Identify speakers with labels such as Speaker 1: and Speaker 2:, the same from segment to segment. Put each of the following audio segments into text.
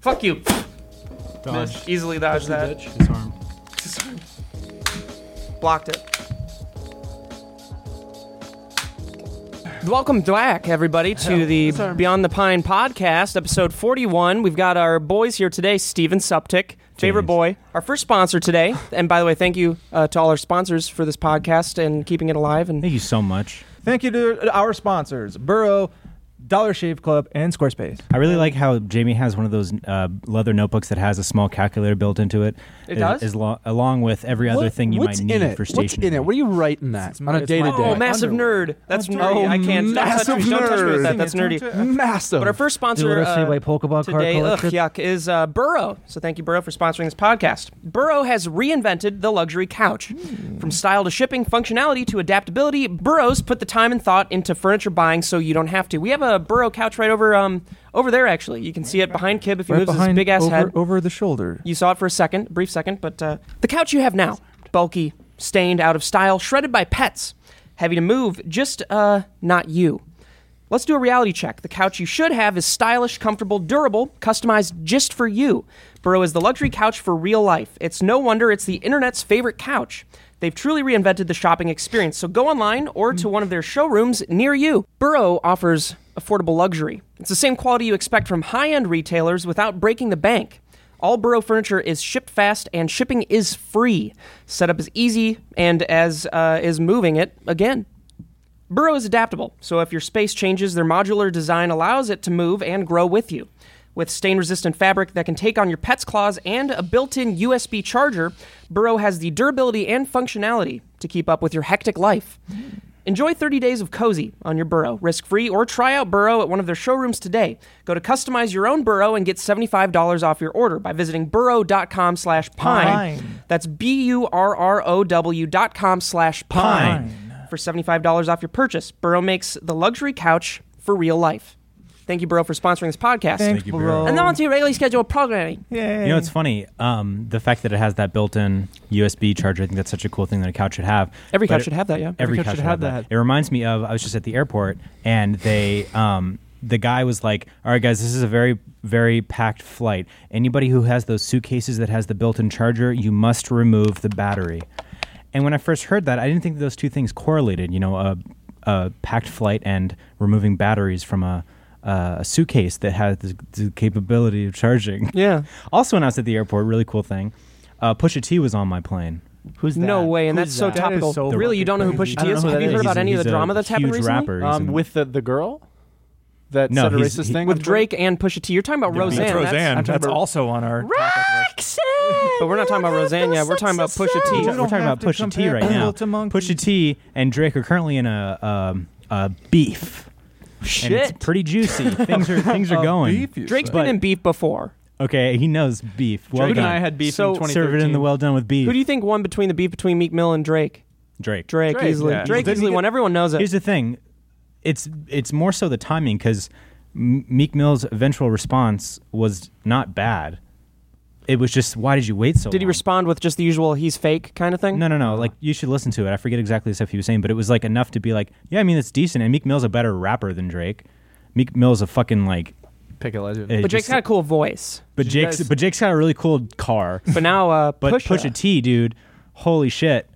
Speaker 1: Fuck you.
Speaker 2: Dodge.
Speaker 1: Missed. Easily dodged that.
Speaker 2: Bitch. Disarm.
Speaker 3: Blocked it. Welcome back, everybody, to the
Speaker 1: Disarm.
Speaker 3: Beyond the Pine podcast, episode 41. We've got our boys here today Steven Suptic, favorite
Speaker 4: James.
Speaker 3: boy, our first sponsor today. And by the way, thank you uh, to all our sponsors for this podcast and keeping it alive. And
Speaker 4: Thank you so much.
Speaker 5: Thank you to our sponsors, Burrow, Dollar Shave Club, and Squarespace.
Speaker 4: I really like how Jamie has one of those uh, leather notebooks that has a small calculator built into it.
Speaker 3: It does?
Speaker 4: is lo- along with every other
Speaker 2: What-
Speaker 4: thing you
Speaker 2: what's
Speaker 4: might need
Speaker 2: in it?
Speaker 4: for
Speaker 2: What's
Speaker 4: stationery.
Speaker 2: in it? What are you writing that on a
Speaker 5: it's
Speaker 2: day to
Speaker 5: my-
Speaker 2: day? Oh,
Speaker 3: Oh, massive nerd. That's nerdy. I can't. Don't touch,
Speaker 2: massive
Speaker 3: me. Don't touch me with that.
Speaker 2: nerd.
Speaker 3: That's nerdy.
Speaker 2: Massive.
Speaker 3: But our first sponsor
Speaker 6: Do it, say,
Speaker 3: uh,
Speaker 6: my Pokemon card
Speaker 3: today, ugh,
Speaker 6: collection.
Speaker 3: yuck, is uh, Burrow. So thank you, Burrow, for sponsoring this podcast. Burrow has reinvented the luxury couch. From style to shipping, functionality to adaptability, Burrow's put the time and thought into furniture buying so you don't have to. We have a Burrow couch right over um over there, actually. You can see it behind Kib if he
Speaker 5: Right
Speaker 3: moves his
Speaker 5: behind,
Speaker 3: big ass
Speaker 5: over,
Speaker 3: head.
Speaker 5: over the shoulder.
Speaker 3: You saw it for a second, a brief second, but uh, the couch you have now, bulky, stained, out of style, shredded by pets, heavy to move, just uh, not you. Let's do a reality check. The couch you should have is stylish, comfortable, durable, customized just for you. Burrow is the luxury couch for real life. It's no wonder it's the internet's favorite couch. They've truly reinvented the shopping experience, so go online or to one of their showrooms near you. Burrow offers affordable luxury. It's the same quality you expect from high end retailers without breaking the bank. All Burrow furniture is shipped fast and shipping is free. Setup is easy and as uh, is moving it again. Burrow is adaptable, so if your space changes, their modular design allows it to move and grow with you. With stain resistant fabric that can take on your pet's claws and a built in USB charger, Burrow has the durability and functionality to keep up with your hectic life. Enjoy 30 days of cozy on your burrow, risk free, or try out Burrow at one of their showrooms today. Go to customize your own burrow and get $75 off your order by visiting burrow.com slash pine.
Speaker 5: Pine.
Speaker 3: That's B U R R O W dot com slash pine for $75 off your purchase. Burrow makes the luxury couch for real life. Thank you, Burrow, for sponsoring this podcast.
Speaker 4: Thank you, Burrow.
Speaker 3: and now on to your regularly scheduled programming.
Speaker 5: Yay.
Speaker 4: You know, it's funny. Um, the fact that it has that built-in USB charger, I think that's such a cool thing that a couch should have.
Speaker 3: Every
Speaker 4: But
Speaker 3: couch
Speaker 4: it-
Speaker 3: should have that, yeah.
Speaker 4: Every, couch, should have that. It reminds me of I was just at the airport and they um the guy was like, "All right guys, this is a very very packed flight. Anybody who has those suitcases that has the built-in charger, you must remove the battery." And when I first heard that, I didn't think those two things correlated, you know, a a packed flight and removing batteries from a a suitcase that has the, the capability of charging.
Speaker 3: Yeah.
Speaker 4: Also, when I was at the airport, really cool thing. Uh, Pusha T was on my plane.
Speaker 6: Who's
Speaker 3: No
Speaker 6: that?
Speaker 3: way, and
Speaker 6: Who's
Speaker 3: that's so
Speaker 6: that?
Speaker 5: That is
Speaker 3: topical.
Speaker 5: so
Speaker 3: really, you don't know who Pusha
Speaker 5: fucking
Speaker 6: crazy.
Speaker 3: T
Speaker 6: I
Speaker 3: is?
Speaker 6: don't know
Speaker 3: Have
Speaker 6: who that
Speaker 3: you
Speaker 6: is.
Speaker 3: heard about
Speaker 4: He's a-
Speaker 3: any of
Speaker 4: he's
Speaker 3: the
Speaker 4: a
Speaker 3: drama that's happened
Speaker 4: huge
Speaker 3: recently?
Speaker 4: rapper. He's
Speaker 2: um,
Speaker 4: in-
Speaker 2: with the, the girl that
Speaker 4: No,
Speaker 2: said a
Speaker 4: he's-
Speaker 2: racist
Speaker 4: he-
Speaker 2: thing
Speaker 3: With Drake and Pusha T. You're talking about Roseanne.
Speaker 7: That's
Speaker 3: that's-
Speaker 7: Roseanne.
Speaker 2: I'm
Speaker 7: That's,
Speaker 2: talking about-
Speaker 7: also on our.
Speaker 3: But we're not talking about Roseanne yet. We're talking about Pusha T.
Speaker 4: We're
Speaker 5: don't
Speaker 4: talking
Speaker 5: have
Speaker 4: about
Speaker 5: to
Speaker 4: Pusha T
Speaker 5: compare
Speaker 4: right now.
Speaker 5: people to monkeys.
Speaker 4: Pusha T and Drake are currently in a um, a beef, and it's
Speaker 3: Shit.
Speaker 4: pretty juicy. things are things are going.
Speaker 3: Drake's
Speaker 4: But-
Speaker 3: been in beef before.
Speaker 4: Okay, he knows beef. Well
Speaker 2: Drake
Speaker 4: done.
Speaker 2: and I had beef
Speaker 3: So-
Speaker 2: in
Speaker 4: Serve
Speaker 2: 2013.
Speaker 4: it in the well done with beef.
Speaker 3: Who do you think won between the beef between Meek Mill and Drake?
Speaker 4: Drake.
Speaker 3: Drake,
Speaker 2: Drake,
Speaker 3: easily.
Speaker 2: yeah.
Speaker 3: Drake
Speaker 2: Didn't
Speaker 3: easily
Speaker 2: he
Speaker 3: won. Everyone knows it.
Speaker 4: Here's the thing, it's it's more so the timing because Meek Mill's eventual response was not bad. It was just why did you wait so?
Speaker 3: Did he
Speaker 4: long?
Speaker 3: respond with just the usual "he's fake" kind of thing?
Speaker 4: No, no, no. Like you should listen to it. I forget exactly the stuff he was saying, but it was like enough to be like, yeah, I mean it's decent. And Meek Mill's a better rapper than Drake. Meek Mill's a fucking like.
Speaker 2: Pick a legend.
Speaker 4: eh,
Speaker 3: But Drake's
Speaker 4: just-
Speaker 3: got a cool voice.
Speaker 4: but
Speaker 2: Did you
Speaker 4: Jake's
Speaker 2: guys-
Speaker 4: but Jake's got a really cool car.
Speaker 3: But now, uh,
Speaker 4: But
Speaker 3: Pusha.
Speaker 4: Pusha T, dude, holy shit!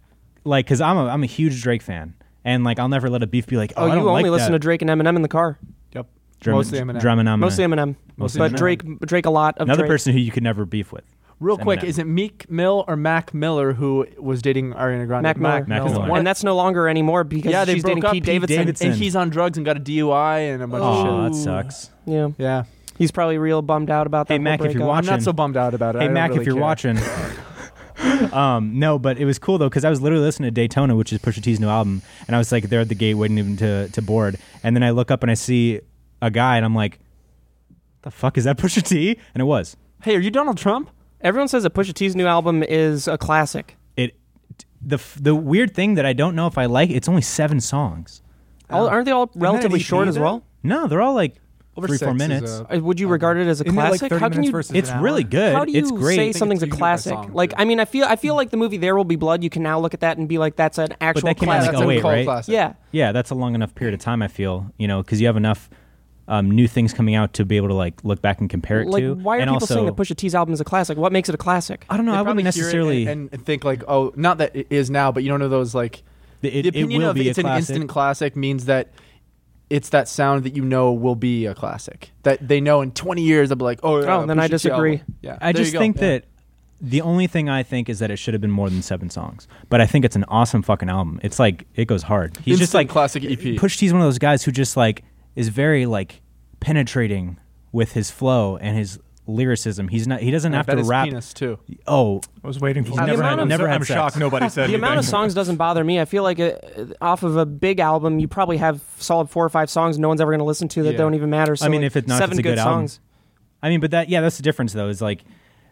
Speaker 4: Like, cause I'm a I'm a huge Drake fan, and like I'll never let a beef be like, oh,
Speaker 3: Oh,
Speaker 4: I
Speaker 3: you
Speaker 4: don't
Speaker 3: only
Speaker 4: like
Speaker 3: listen
Speaker 4: that.
Speaker 3: to Drake and Eminem in the car.
Speaker 2: Yep.
Speaker 4: Drum-
Speaker 2: Mostly Eminem.
Speaker 4: Drum and
Speaker 3: Mostly Eminem,
Speaker 4: Mostly
Speaker 3: but
Speaker 4: Eminem.
Speaker 3: Drake, Drake a lot of
Speaker 4: Another
Speaker 3: Drake.
Speaker 4: person who you could never beef with.
Speaker 2: Real
Speaker 4: Eminem.
Speaker 2: quick, is it Meek Mill or Mac Miller who was dating Ariana Grande?
Speaker 3: Mac Miller.
Speaker 4: Mac Miller.
Speaker 2: One-
Speaker 3: and that's no longer anymore because
Speaker 2: yeah, they
Speaker 3: she's
Speaker 2: broke
Speaker 3: dating
Speaker 2: up.
Speaker 3: Pete Davidson.
Speaker 4: Davidson.
Speaker 2: and he's on drugs and got a DUI and a bunch
Speaker 4: Oh,
Speaker 2: of
Speaker 4: that
Speaker 2: shit.
Speaker 4: sucks.
Speaker 3: Yeah,
Speaker 2: Yeah,
Speaker 3: he's probably real bummed out about that.
Speaker 4: Hey,
Speaker 3: whole
Speaker 4: Mac, if you're
Speaker 3: breakup.
Speaker 4: watching-
Speaker 2: I'm not so bummed out about it. I
Speaker 4: Hey
Speaker 2: don't
Speaker 4: Mac,
Speaker 2: really
Speaker 4: if you're
Speaker 2: care.
Speaker 4: watching. um, no, but it was cool though because I was literally listening to Daytona, which is Pusha T's new album, and I was like there at the gate waiting even to to board, and then I look up and I see a guy, and I'm like, "The fuck is that Pusha T?" And it was
Speaker 2: Hey, are you Donald Trump?
Speaker 3: everyone says that Pusha T's new album is a classic.
Speaker 4: it. The f- the weird thing that I don't know if I like. It's only seven songs.
Speaker 3: All, aren't they all relatively
Speaker 5: EP
Speaker 3: short as
Speaker 5: then?
Speaker 3: well?
Speaker 4: No, they're all like
Speaker 5: Over
Speaker 4: three
Speaker 5: six
Speaker 4: four
Speaker 5: is,
Speaker 4: minutes.
Speaker 5: uh,
Speaker 3: Uh, Would you regard it as a
Speaker 5: Isn't it like
Speaker 3: classic?
Speaker 5: 30
Speaker 3: how can
Speaker 5: minutes
Speaker 3: you?
Speaker 5: versus
Speaker 4: it's
Speaker 5: an hour?
Speaker 4: really good.
Speaker 3: How do you
Speaker 4: it's great.
Speaker 3: say
Speaker 5: it's
Speaker 3: something's a
Speaker 5: unique by
Speaker 3: classic?
Speaker 5: song,
Speaker 3: Like,
Speaker 5: too.
Speaker 3: I mean, I feel I feel like the movie There Will Be Blood. You can now look at that and be like, that's an actual
Speaker 4: that came out
Speaker 3: classic.
Speaker 4: in like,
Speaker 2: a
Speaker 4: 08,
Speaker 2: cult
Speaker 4: right?
Speaker 2: classic.
Speaker 3: yeah,
Speaker 4: Yeah, that's a long enough period of time. I feel you know because you have enough um, new things coming out to be able to like look back and compare it
Speaker 3: Like,
Speaker 4: to.
Speaker 3: why are
Speaker 4: and
Speaker 3: people
Speaker 4: also,
Speaker 3: saying that Pusha T's album is a classic? What makes it a classic?
Speaker 4: I don't know.
Speaker 2: They
Speaker 4: I wouldn't
Speaker 2: probably hear it
Speaker 4: necessarily.
Speaker 2: and, and think like, oh, not that it is now, but you don't know those like
Speaker 4: it,
Speaker 2: the
Speaker 4: it
Speaker 2: opinion
Speaker 4: will
Speaker 2: of
Speaker 4: be
Speaker 2: it's
Speaker 4: a
Speaker 2: an
Speaker 4: classic.
Speaker 2: instant classic means that it's that sound that you know will be a classic that they know in 20 years they'll be like, oh, yeah,
Speaker 3: Oh, then I
Speaker 2: Pusha T
Speaker 3: disagree.
Speaker 2: album. Yeah,
Speaker 4: I
Speaker 2: there you
Speaker 4: just
Speaker 2: go.
Speaker 4: think
Speaker 2: Yeah.
Speaker 4: that the only thing I think is that it should have been more than seven songs. But I think it's an awesome fucking album. It's like it goes hard. He's just
Speaker 2: Instant
Speaker 4: like
Speaker 2: classic E EP.
Speaker 4: Push T's one of those guys who just like is very like penetrating with his flow and his lyricism. He's not. He doesn't
Speaker 2: And I
Speaker 4: have
Speaker 2: bet
Speaker 4: to
Speaker 2: his
Speaker 4: rap.
Speaker 2: penis too.
Speaker 4: Oh,
Speaker 5: I was waiting for
Speaker 4: He's
Speaker 5: that.
Speaker 3: never had-
Speaker 4: never had
Speaker 1: I'm
Speaker 4: sex.
Speaker 1: shocked nobody said
Speaker 3: the amount of
Speaker 1: anything.
Speaker 3: songs doesn't bother me. I feel like uh off of a big album, you probably have solid four or five songs no one's ever going to listen to that
Speaker 2: Yeah.
Speaker 3: don't even matter. So
Speaker 4: I mean,
Speaker 3: like,
Speaker 4: if it's not,
Speaker 3: seven
Speaker 4: it's a good album.
Speaker 3: songs.
Speaker 4: I mean, but that yeah, that's the difference though. Is like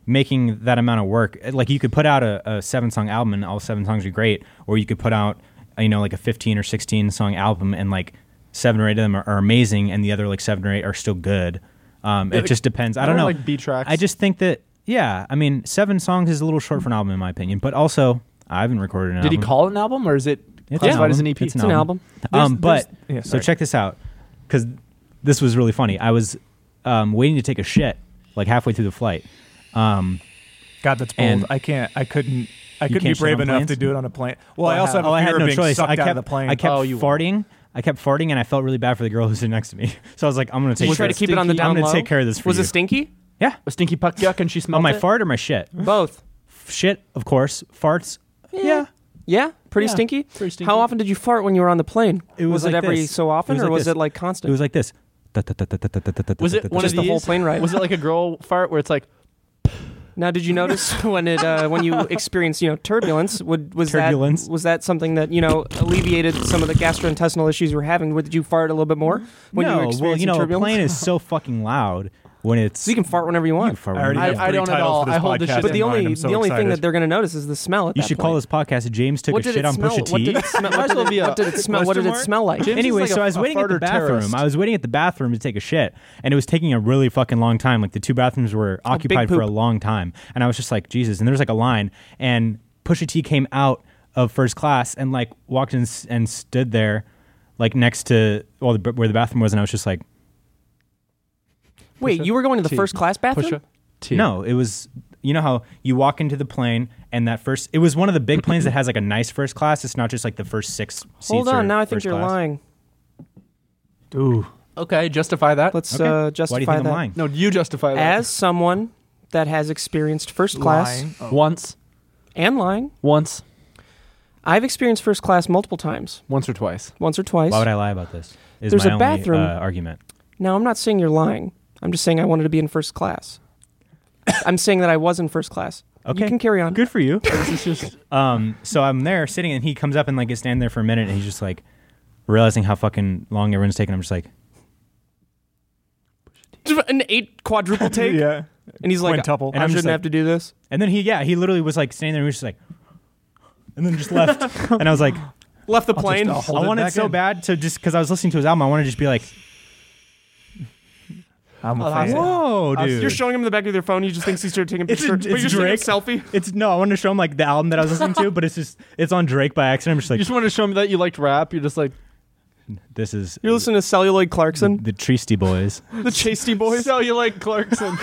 Speaker 4: making that amount of work. Like you could put out a, a seven song album and all seven songs are great, or you could put out you know like a fifteen or sixteen song album and like seven or eight of them are, are amazing, and the other like seven or eight are still good. Um,
Speaker 2: Yeah,
Speaker 4: it
Speaker 2: like-
Speaker 4: just depends. I
Speaker 2: they're
Speaker 4: don't know.
Speaker 2: like B tracks.
Speaker 4: I just think that yeah. I mean, seven songs is a little short for an album in my opinion, but also I haven't recorded an
Speaker 2: Did he
Speaker 4: album.
Speaker 2: call it an album or is it
Speaker 4: Um, It's
Speaker 2: classified
Speaker 4: an
Speaker 2: as an
Speaker 4: album.
Speaker 2: E EP?
Speaker 4: It's an
Speaker 3: It's an
Speaker 4: album.
Speaker 3: album.
Speaker 4: Um,
Speaker 5: There's-
Speaker 4: but
Speaker 5: there's- yeah,
Speaker 4: so
Speaker 5: sorry.
Speaker 4: check this out because this was really funny. I was um, waiting to take a shit like halfway through the flight. Um,
Speaker 5: God, that's bold.
Speaker 4: And-
Speaker 5: I can't. I couldn't. I couldn't be
Speaker 4: can't shit
Speaker 5: brave
Speaker 4: on
Speaker 5: enough
Speaker 4: planes?
Speaker 5: to do it on a plane. Well, I
Speaker 4: oh,
Speaker 5: also have
Speaker 4: oh,
Speaker 5: a
Speaker 4: I
Speaker 5: fear
Speaker 4: had
Speaker 5: of
Speaker 4: no
Speaker 5: being
Speaker 4: choice.
Speaker 5: sucked
Speaker 4: I kept
Speaker 5: out of the plane.
Speaker 4: I kept
Speaker 2: Oh, you were.
Speaker 4: farting. I kept farting, and I felt really bad for the girl who's sitting next to me. So I was like, "I'm gonna take.
Speaker 3: You try to
Speaker 4: this.
Speaker 3: keep it on the
Speaker 2: Stinky.
Speaker 3: down
Speaker 4: I'm gonna
Speaker 3: low?
Speaker 4: take care of this for
Speaker 3: Was
Speaker 4: you.
Speaker 3: it stinky?
Speaker 4: Yeah,
Speaker 2: A stinky puck yuck and she
Speaker 4: on
Speaker 2: smelled
Speaker 4: Oh, my
Speaker 2: it?
Speaker 4: fart or my shit.
Speaker 3: Both.
Speaker 4: Shit, of course. Farts. Yeah.
Speaker 3: Yeah, pretty
Speaker 2: Yeah,
Speaker 3: stinky.
Speaker 2: pretty stinky.
Speaker 3: How often did you fart when you were on the plane?
Speaker 4: It was
Speaker 3: it
Speaker 4: like
Speaker 3: every
Speaker 4: this.
Speaker 3: so often,
Speaker 4: It was
Speaker 3: or
Speaker 4: like
Speaker 3: was
Speaker 4: this.
Speaker 3: it like constant?
Speaker 4: It was like this.
Speaker 2: Was it one
Speaker 3: Just
Speaker 2: of
Speaker 3: the
Speaker 2: these?
Speaker 3: whole plane ride.
Speaker 2: Was it like a girl fart where it's like
Speaker 3: now, did you notice when it uh, when you experienced you know turbulence? Would was
Speaker 4: Turbulence.
Speaker 3: that was that something that you know alleviated some of the gastrointestinal issues you were having? Would- Did you fart a little bit more when you were
Speaker 4: no,
Speaker 3: experiencing
Speaker 4: well, you know, a
Speaker 3: turbulence?
Speaker 4: plane is so fucking loud when it's.
Speaker 3: so you can fart whenever you
Speaker 4: You
Speaker 3: want.
Speaker 4: can fart
Speaker 1: I already
Speaker 4: whenever
Speaker 2: I-
Speaker 4: you
Speaker 1: have
Speaker 4: want.
Speaker 1: three
Speaker 2: don't at
Speaker 1: titles
Speaker 2: all.
Speaker 1: For this
Speaker 2: I hold this
Speaker 1: podcast
Speaker 2: shit
Speaker 3: but
Speaker 1: in
Speaker 3: the
Speaker 1: mind.
Speaker 3: only
Speaker 1: I'm so
Speaker 3: the only thing
Speaker 1: excited.
Speaker 3: that they're going to notice is the smell at
Speaker 4: You
Speaker 3: that
Speaker 4: should
Speaker 3: point.
Speaker 4: call this podcast "James Took
Speaker 3: What
Speaker 4: a
Speaker 3: did
Speaker 4: Shit
Speaker 3: it
Speaker 4: on
Speaker 3: smell?
Speaker 4: Pusha T."
Speaker 3: What did it smell?
Speaker 2: Might as well be a-
Speaker 3: what did it smell? What did
Speaker 2: question
Speaker 3: it
Speaker 2: mark?
Speaker 3: smell like?
Speaker 2: James- This is
Speaker 4: anyway,
Speaker 2: like
Speaker 4: so
Speaker 2: a-
Speaker 4: I was
Speaker 2: a
Speaker 4: waiting at the
Speaker 2: farter
Speaker 4: bathroom.
Speaker 2: terrorist.
Speaker 4: I was waiting at the bathroom to take a shit, and it was taking a really fucking long time. Like the two bathrooms were occupied for
Speaker 3: poop.
Speaker 4: a long time, and I was just like, Jesus. And there was like a line, and Pusha T came out of first class and like walked in s- and stood there, like next to well, the, where the bathroom was, and I was just like,
Speaker 3: Wait,
Speaker 2: Pusha
Speaker 3: you were going to the
Speaker 2: T.
Speaker 3: first class bathroom?
Speaker 2: Pusha T?
Speaker 4: No, it was you know how you walk into the plane and that first it was one of the big planes that has like a nice first class. It's not just like the first six.
Speaker 3: Hold
Speaker 4: seats or
Speaker 3: on, now I think
Speaker 4: first
Speaker 3: you're
Speaker 4: class.
Speaker 3: lying.
Speaker 2: Okay, justify that.
Speaker 3: Let's
Speaker 4: Okay.
Speaker 3: uh,
Speaker 4: Why
Speaker 3: justify
Speaker 4: do you think
Speaker 3: that.
Speaker 4: I'm lying?
Speaker 2: no, you justify that.
Speaker 3: As someone that has experienced first class
Speaker 5: Lying.
Speaker 2: once,
Speaker 3: and lying,
Speaker 2: once,
Speaker 3: I've experienced first class multiple times,
Speaker 2: once or twice.
Speaker 3: once or twice.
Speaker 4: Why would I lie about this? Is
Speaker 3: There's
Speaker 4: my
Speaker 3: a
Speaker 4: only,
Speaker 3: bathroom.
Speaker 4: uh, argument.
Speaker 3: now, I'm not saying you're lying. I'm just saying I wanted to be in first class. I'm saying that I was in first class.
Speaker 4: Okay.
Speaker 3: You can carry on.
Speaker 4: Good for you.
Speaker 2: This is just
Speaker 4: Um, so I'm there sitting, and he comes up and like is standing there for a minute, and he's just like realizing how fucking long everyone's taking. I'm just like,
Speaker 3: An eight quadruple take?
Speaker 5: yeah.
Speaker 3: And he's like,
Speaker 5: Quintuple.
Speaker 3: I
Speaker 4: And I'm just
Speaker 3: shouldn't
Speaker 4: like-
Speaker 3: have to do this.
Speaker 4: and then he yeah, he literally was like standing there, and he was just like, and then just left, and I was like,
Speaker 3: Left the plane.
Speaker 5: I'll hold
Speaker 4: I
Speaker 5: it
Speaker 4: wanted
Speaker 5: back
Speaker 4: so
Speaker 5: in.
Speaker 4: bad to just because I was listening to his album, I wanted to just be like,
Speaker 5: I'm a
Speaker 2: Oh, that's-
Speaker 5: fan.
Speaker 4: whoa,
Speaker 2: I'll-
Speaker 4: dude,
Speaker 3: You're showing him the back of your phone. He just thinks he's taking a
Speaker 4: It's a-
Speaker 3: picture. but you're
Speaker 4: it's
Speaker 3: just taking a
Speaker 4: Drake.
Speaker 3: selfie.
Speaker 4: It's no, I wanted to show him like the album that I was listening to, but it's just it's on Drake by accident. I'm just
Speaker 2: you
Speaker 4: like,
Speaker 2: just wanted to show me that you liked rap. You're just like
Speaker 4: this is
Speaker 3: You're listening to Celluloid Clarkson,
Speaker 4: the Treasty Boys.
Speaker 3: the Chasty Boys.
Speaker 2: So you like Clarkson?